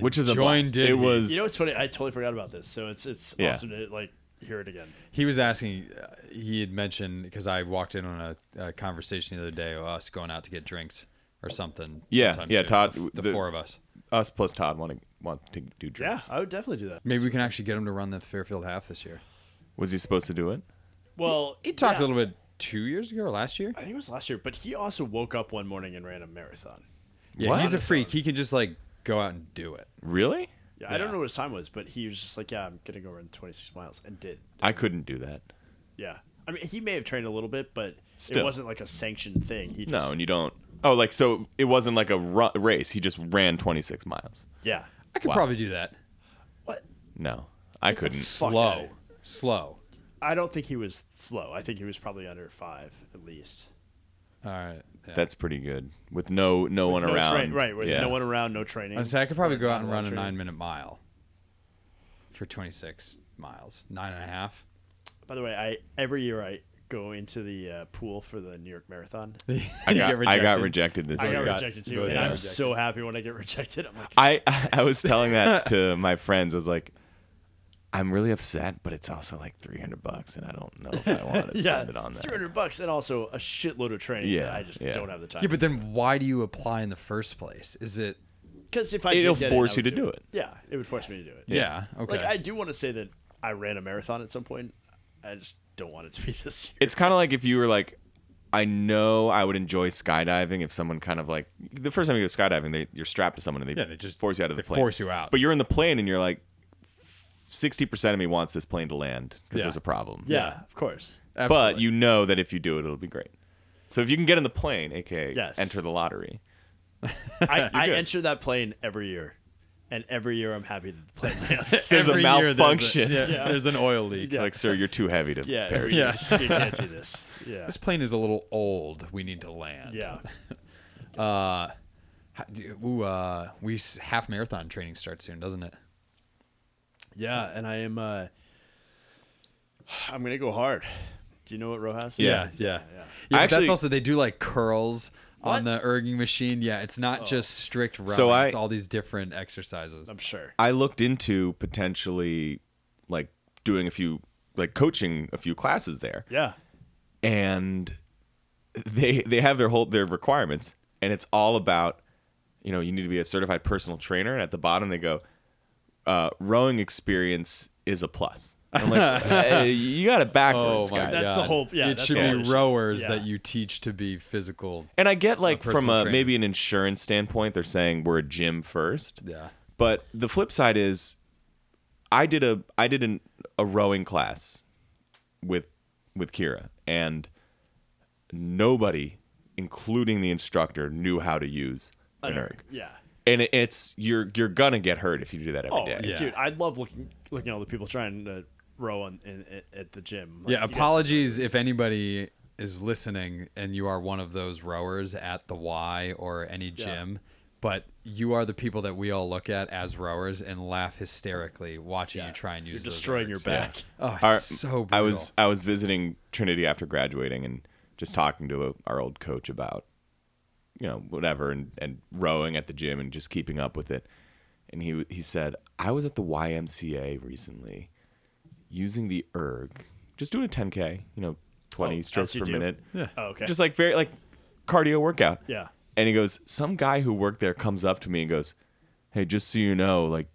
which is a
Join
blast.
did he.
it was
You know what's funny? I totally forgot about this. So it's it's
Yeah.
awesome to like hear it again.
he was asking uh, he had mentioned because i walked in on a, a conversation the other day of us going out to get drinks or something
Yeah,
sometime
yeah,
soon,
Todd,
the, f- the
the-
four of us
us plus todd want to want to do
Yeah,
drinks
I would definitely do that.
maybe we can actually get him to run the fairfield half this year
was he supposed to do it
Well,
he talked a
yeah.
little bit two years ago or last year
I think it was last year, but he also woke up one morning and ran a marathon.
yeah
What?
he's a freak he can just like go out and do it
really
Yeah, I don't
Yeah.
know what his time was, but he was just like, "Yeah, I'm gonna go run 26 miles," and did.
i couldn't do that
Yeah, I mean, he may have trained a little bit, but it
Still.
wasn't like a sanctioned thing. He
no
just,
and you don't oh like so it wasn't like a ru- race he just ran 26 miles
yeah.
i could
Wow.
probably do that
What?
no i couldn't
Fuck
slow
outta-
slow
I don't think he was slow. I think he was probably under five at least.
all right yeah.
that's pretty good with no no one
No
around
train- right? With
Yeah.
no one around, no training.
I'd say i could probably go out and run a
Training.
nine minute mile for 26 miles nine and a half
By the way, I every year I go into the uh, pool for the New York Marathon.
I
You
got,
get
I got
rejected.
rejected this
I got
year.
got-
rejected
you
too,
both
and
got
I'm
rejected.
so happy when I get rejected. I'm like,
I, I was telling that to my friends. I was like, I'm really upset, but it's also like 300 bucks, and I don't know if I want to
yeah,
spend it on that.
three hundred bucks, and also a shitload of training.
Yeah,
that I just
yeah.
don't have the time.
yeah but then why do you apply in the first place is it
because if I
It'll
did get
force
it, I
you
would do
to do
it.
it.
yeah, it would force me to do it.
yeah, okay
Like I do want to say that I ran a marathon at some point. I just don't want it to be this year.
It's kind of like if you were like, I know I would enjoy skydiving if someone kind of like the first time you go skydiving, they, you're strapped to someone and they
Yeah, they just-
force you out of
they
the plane.
force you out.
But you're in the plane and you're like, 60% of me wants this plane to land because
Yeah.
there's a problem.
Yeah, of course.
But you know that if you do it, it'll be great. So if you can get in the plane, aka
Yes.
enter the lottery.
I, I enter that plane every year, and every year I'm happy that the plane lands.
there's a
Every year
malfunction.
There's, a- yeah, there's an oil leak.
Yeah.
Like, sir, you're too heavy to
yeah,
parachute.
every year,
Yeah.
just, you can't do this. Yeah,
This plane is a little old. We need to land.
yeah.
Uh, ha- do- ooh, uh, we s- half marathon training starts soon, doesn't it?
Yeah, and I am. Uh, I'm gonna go hard. Do you know what Rojas? Is?
yeah.
yeah.
but
Actually-
that's also they do like curls on the erging machine. Yeah, it's not just strict running.
So I-
it's all these different exercises.
Oh. I'm sure.
I looked into potentially like doing a few, like coaching a few classes there,
Yeah,
and they they have their whole their requirements, and it's all about, you know, you need to be a certified personal trainer, and at the bottom they go, uh, rowing experience is a plus. I'm like, "Uh, you got it
Oh
backwards, guys.
That's the whole- yeah,
it
that's
should
the whole
be
issue.
rowers
Yeah.
that you teach to be physical.
And I get like
personal
from a maybe
trainers.
an insurance standpoint, they're saying we're a gym first.
Yeah,
But the flip side is, I did a I did an, a rowing class with with Kira, and nobody, including the instructor, knew how to use an erg.
yeah.
And it, it's you're you're gonna get hurt if you do that every
Oh,
day.
yeah.
dude, I love looking looking at all the people trying to row on in, at- at the gym. Like,
yeah.
you guys-
Apologies if anybody is listening and you are one of those rowers at the Y or any gym. but you are the people that we all look at as rowers and laugh hysterically watching you try and use.
You're
those
destroying your
words.
back.
Oh, it's
Our-
so brutal.
I was I was visiting Trinity after graduating and just talking to a, our old coach about you know whatever and and rowing at the gym and just keeping up with it. And he he said I was at the YMCA recently using the erg, just doing a 10k, you know, 20
Oh,
strokes
as you
per
do.
minute.
Yeah.
Oh, okay.
Just like very like cardio workout.
Yeah.
And he goes, some guy who worked there comes up to me and goes, "Hey, just so you know, like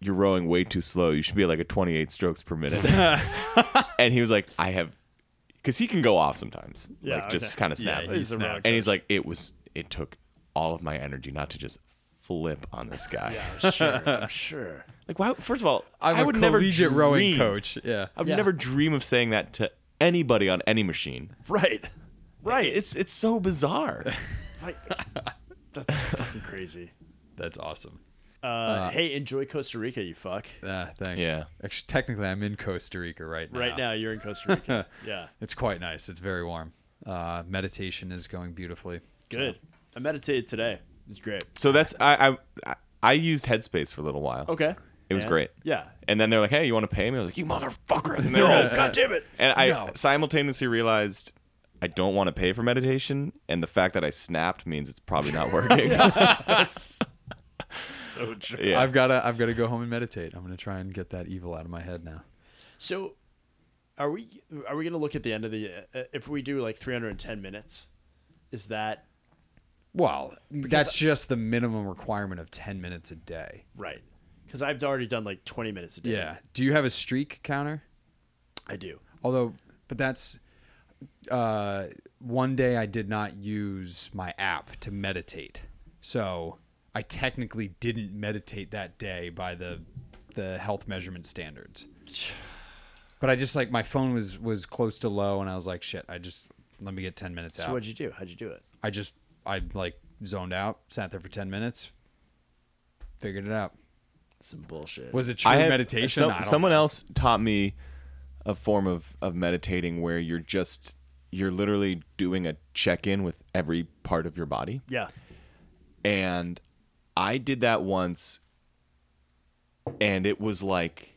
you're rowing way too slow. You should be at like a 28 strokes per minute." and he was like, "I have," because he can go off sometimes,
Yeah,
like just
okay.
kind of snap.
yeah, he
He's a rock
snaps.
and he's like, "It was. It took all of my energy not to just flip on this guy."
I'm sure. I'm sure.
Like, why? First of all,
I'm
I would
a
never
collegiate
dream,
rowing coach. Yeah.
I would
Yeah.
never dream of saying that to anybody on any machine.
Right. Right. It's
It's it's so bizarre.
like, that's fucking crazy.
That's awesome.
Uh, hey, enjoy Costa Rica, you fuck.
Uh, thanks.
Yeah.
Actually, technically, I'm in Costa Rica right now.
Right now, you're in Costa Rica. yeah.
It's quite nice. It's very warm. Uh, meditation is going beautifully.
Good. I meditated today. It was great.
so that's I I I used Headspace for a little while.
Okay.
It was great.
Yeah.
And then they're like, "Hey, you want to pay me?" I was like, "You motherfucker!" And they're all,
God damn it.
and I
No.
simultaneously realized I don't want to pay for meditation, and the fact that I snapped means it's probably not working. yeah.
That's so true.
I've gotta I've gotta go home and meditate. I'm gonna try and get that evil out of my head now.
So, are we are we going to look at the end of the uh, if we do like 310 minutes? Is that
Well, that's just the minimum requirement of ten minutes a day.
right? Because I've already done like 20 minutes a day.
Yeah. Do you have a streak counter?
I do.
Although, but that's uh, one day I did not use my app to meditate, so I technically didn't meditate that day by the the health measurement standards. But I just like my phone was was close to low, and I was like, shit. I just let me get ten minutes
So
out.
what'd you do? How'd you do it?
I just I like zoned out, sat there for ten minutes, figured it out.
Some bullshit.
Was it true
I have-
meditation?
some-
I don't
someone
know.
else taught me a form of of meditating where you're just you're literally doing a check in with every part of your body.
yeah.
and I did that once, and it was like,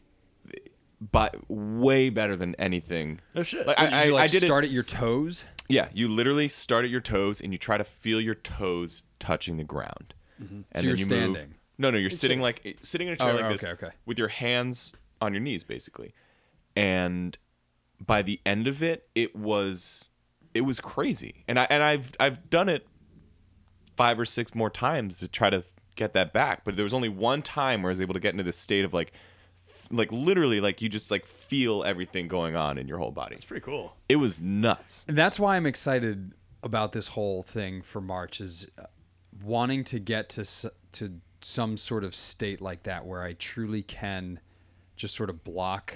but way better than anything.
No shit.
Like
Did
I, I,
you, like,
I did
start
it.
at your toes.
Yeah, you literally start at your toes and you try to feel your toes touching the ground, and
Mm-hmm. So you're
you
standing.
No, no, you're sitting like sitting in a chair
Oh,
like this,
okay, okay.
with your hands on your knees, basically. And by the end of it, it was it was crazy, and I and I've I've done it five or six more times to try to get that back. But there was only one time where I was able to get into this state of like, f- like literally, like you just like feel everything going on in your whole body.
It's pretty cool.
It was nuts.
And that's why I'm excited about this whole thing for March is uh, wanting to get to s- to some sort of state like that where I truly can just sort of block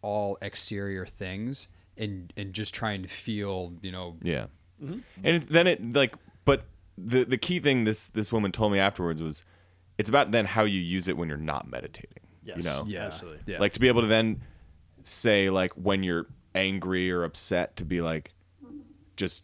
all exterior things and and just try and feel, you know,
Yeah.
Mm-hmm.
And then it like, but the the key thing this this woman told me afterwards was, it's about then how you use it when you're not meditating.
Yes.
You know.
yeah,
Absolutely.
Yeah.
Like to be able to then say like when you're angry or upset to be like, just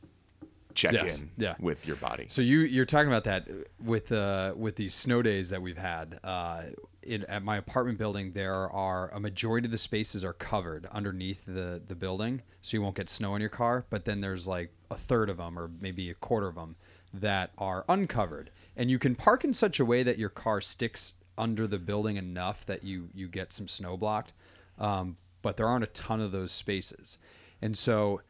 check
Yes,
in
yeah.
with your body.
So you you're talking about that with uh with these snow days that we've had. Uh, in, at my apartment building, there are a majority of the spaces are covered underneath the the building, so you won't get snow in your car. But then there's like a third of them, or maybe a quarter of them, that are uncovered, and you can park in such a way that your car sticks under the building enough that you you get some snow blocked. Um, but there aren't a ton of those spaces, and so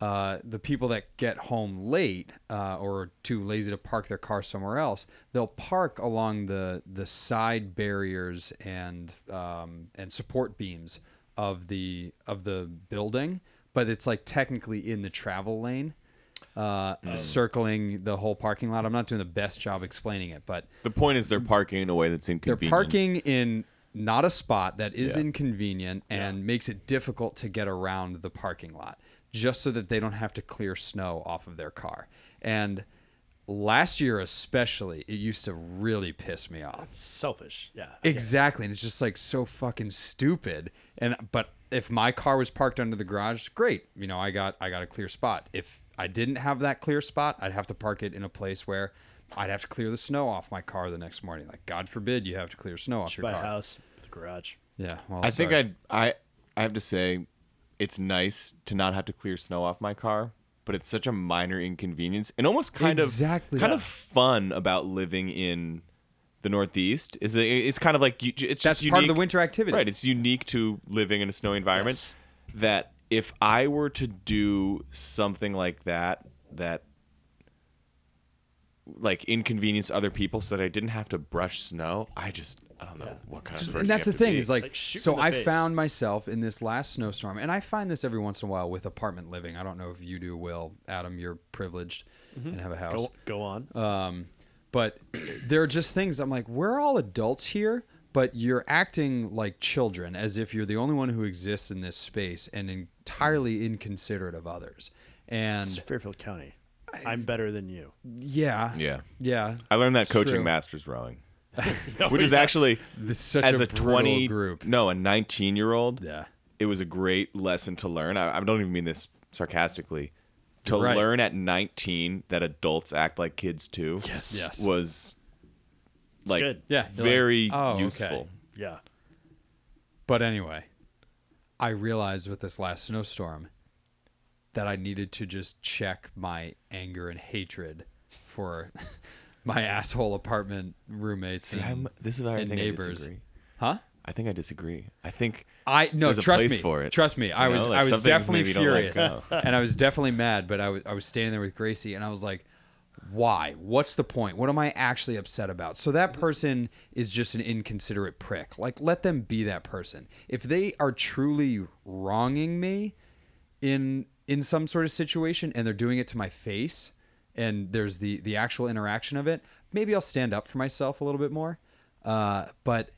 uh, the people that get home late uh, or are too lazy to park their car somewhere else, they'll park along the the side barriers and um, and support beams of the of the building, but it's like technically in the travel lane, uh, circling the whole parking lot. I'm not doing the best job explaining it, but
The point is they're parking in a way that's
they're
inconvenient.
parking in not a spot that is
Yeah.
inconvenient and makes it difficult to get around the parking lot just so that they don't have to clear snow off of their car. And last year especially, it used to really piss me off.
It's selfish. Yeah.
Exactly. And it's just like so fucking stupid. And but if my car was parked under the garage, great. You know, I got I got a clear spot. If I didn't have that clear spot, I'd have to park it in a place where I'd have to clear the snow off my car the next morning. Like, God forbid you have to clear snow off
Just
your
buy
car.
a house with a garage.
Yeah. Well,
I think
sorry.
I'd, I I have to say, it's nice to not have to clear snow off my car, but it's such a minor inconvenience and almost kind
Exactly.
of kind
Yeah.
of fun about living in the Northeast. Is it, it's kind of like you, it's
That's
just
part of the
unique-
winter activity.
Right, it's unique to living in a snowy environment.
Yes.
That if I were to do something like that, that like inconvenience other people, so that I didn't have to brush snow, I just I don't know what kind of person.
and that's
you
the
have to
thing
be.
is like,
Like, shoot in
so
the
i
face.
found myself in this last snowstorm and i find this every once in a while with apartment living i don't know if you do will adam you're privileged and have a house
Mm-hmm. Go, go on.
um, but there are just things I'm like, we're all adults here, but you're acting like children as if you're the only one who exists in this space and entirely inconsiderate of others.
it's
And
Fairfield County. I'm better than you.
yeah,
yeah.
yeah.
I learned that
It's
coaching
true.
masters rowing, which is actually
This is such
as
a,
a twenty
group.
no a nineteen year old.
Yeah.
it was a great lesson to learn. I, I don't even mean this sarcastically. To
Right.
learn at 19 that adults act like kids too
Yes.
Yes.
was like
good.
Yeah, you're like,
very
"Oh, okay."
useful.
Yeah.
But anyway, I realized with this last snowstorm that I needed to just check my anger and hatred for my asshole apartment roommates
See,
and,
I'm, this is where I
and
think I
neighbors.
disagree.
Huh?
I think I disagree. I think
I no,
There's a
trust
place
me.
for it.
Trust me. I
You
was
know, like,
I was
some things
definitely
maybe you don't let
furious.
go.
and I was definitely mad, but I was I was standing there with Gracie and I was like, "Why? What's the point? What am I actually upset about?" So that person is just an inconsiderate prick. Like let them be that person. If they are truly wronging me in in some sort of situation and they're doing it to my face and there's the the actual interaction of it, maybe I'll stand up for myself a little bit more. Uh, but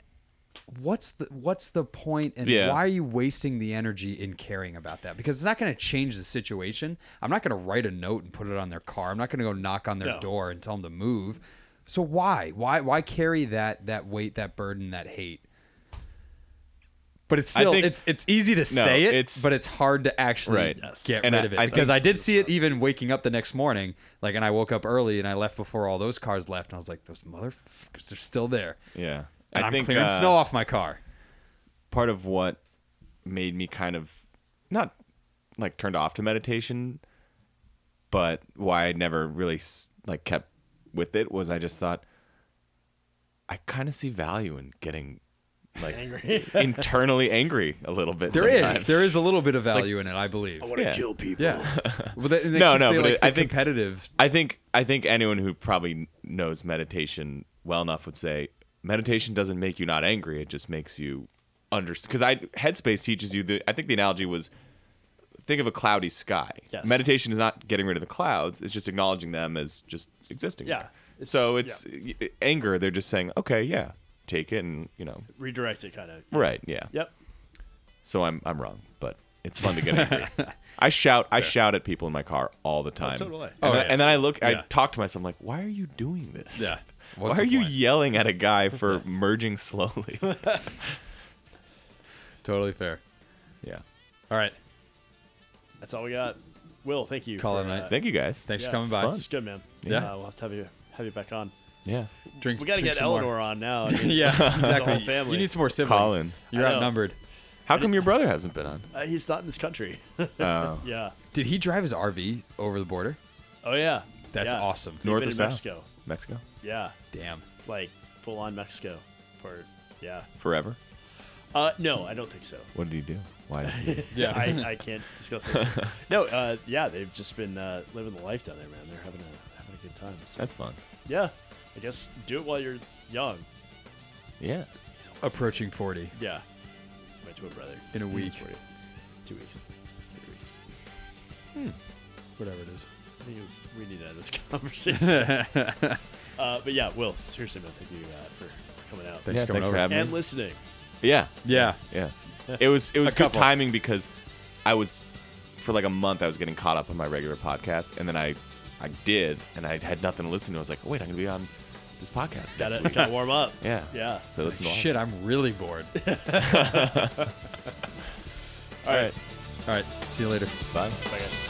what's the what's the point and
Yeah.
why are you wasting the energy in caring about that because it's not going to change the situation i'm not going to write a note and put it on their car i'm not going to go knock on their
No.
door and tell them to move so why why why carry that that weight that burden that hate but it's
I
still
think-
it's it's easy to say it
it's-
but it's hard to actually
Right.
Yes.
get
And
rid
I-
of it
I think-
because i did see it even waking up the next morning like and i woke up early and i left before all those cars left and i was like those motherfuckers are still there
yeah.
and
I
I am
think
clearing
uh,
snow off my car
part of what made me kind of not like turned off to meditation, but why I never really s- like kept with it was I just thought I kind of see value in getting like
Angry.
internally angry a little bit.
There is,
sometimes.
There is a little bit of value in it, I believe.
I want to
Yeah.
kill people.
Yeah. well, that, no,
No, no,
no.
but
like,
it-
the
I think-
competitive.
I think I think anyone who probably knows meditation well enough would say meditation doesn't make you not angry. It just makes you understand. Because I Headspace teaches you the. I think the analogy was think of a cloudy sky.
Yes.
Meditation is not getting rid of the clouds. It's just acknowledging them as just existing.
Yeah.
there.
It's-
so it's y- anger. They're just saying, okay, yeah, take it, and you know,
Redirect it kind of.
right, yeah.
Yep.
So I'm I'm wrong, but it's fun to get angry. I shout I shout at people in my car all the time.
so do I.
And,
Oh,
then,
yeah.
and then I look
Yeah.
I talk to myself I'm like, why are you doing this?
Yeah. What's
why are
the
you
point?
yelling at a guy for merging slowly?
Totally fair.
yeah.
All right.
That's all we got. Will, thank you.
Call
for,
it a night.
uh,
Thank you guys.
Thanks
yeah,
for coming
it's
by.
fun.
It's good, man.
Yeah.
Uh, we'll have to have you have you back on.
Yeah.
Drink.
We got to
drink
get
some more.
Eleanor on now. I mean,
yeah, exactly.
whole family.
You need some more siblings.
Colin.
You're
I know.
outnumbered.
How come your brother hasn't been on?
uh, he's not in this country.
Oh.
yeah.
Did he drive his RV over the border?
Oh yeah.
That's
Yeah.
awesome.
We've
North
been
or
in
south?
Mexico.
Mexico?
Yeah.
Damn.
Like full on Mexico for yeah.
Forever?
Uh no, I don't think so.
What did he do? Why does he
Yeah.
I, I can't discuss that. no, uh, yeah, they've just been uh, living the life down there, man. They're having a having a good time. So,
That's fun.
yeah, I guess do it while you're young.
Yeah.
Approaching 40
Yeah, it's my twin brother.
in a week.
two weeks, three weeks.
Whatever it is.
I think it's, we need to end this conversation. uh, but yeah, Will, seriously, man, thank you uh, for, for coming out
Thanks
yeah,
for coming
thanks
over.
for having
and
me.
listening.
Yeah.
Yeah.
Yeah. It was it was
A
good
couple.
timing because I was for like a month I was getting caught up on my regular podcast and then I I did and I had nothing to listen to. I was like, oh, wait, I'm gonna be on this podcast.
Got
next
to
week.
got to warm up.
Yeah.
yeah.
So listen to all of
Shit, I'm really bored.
All right,
All right. See you later.
it. Bye.
Bye, guys.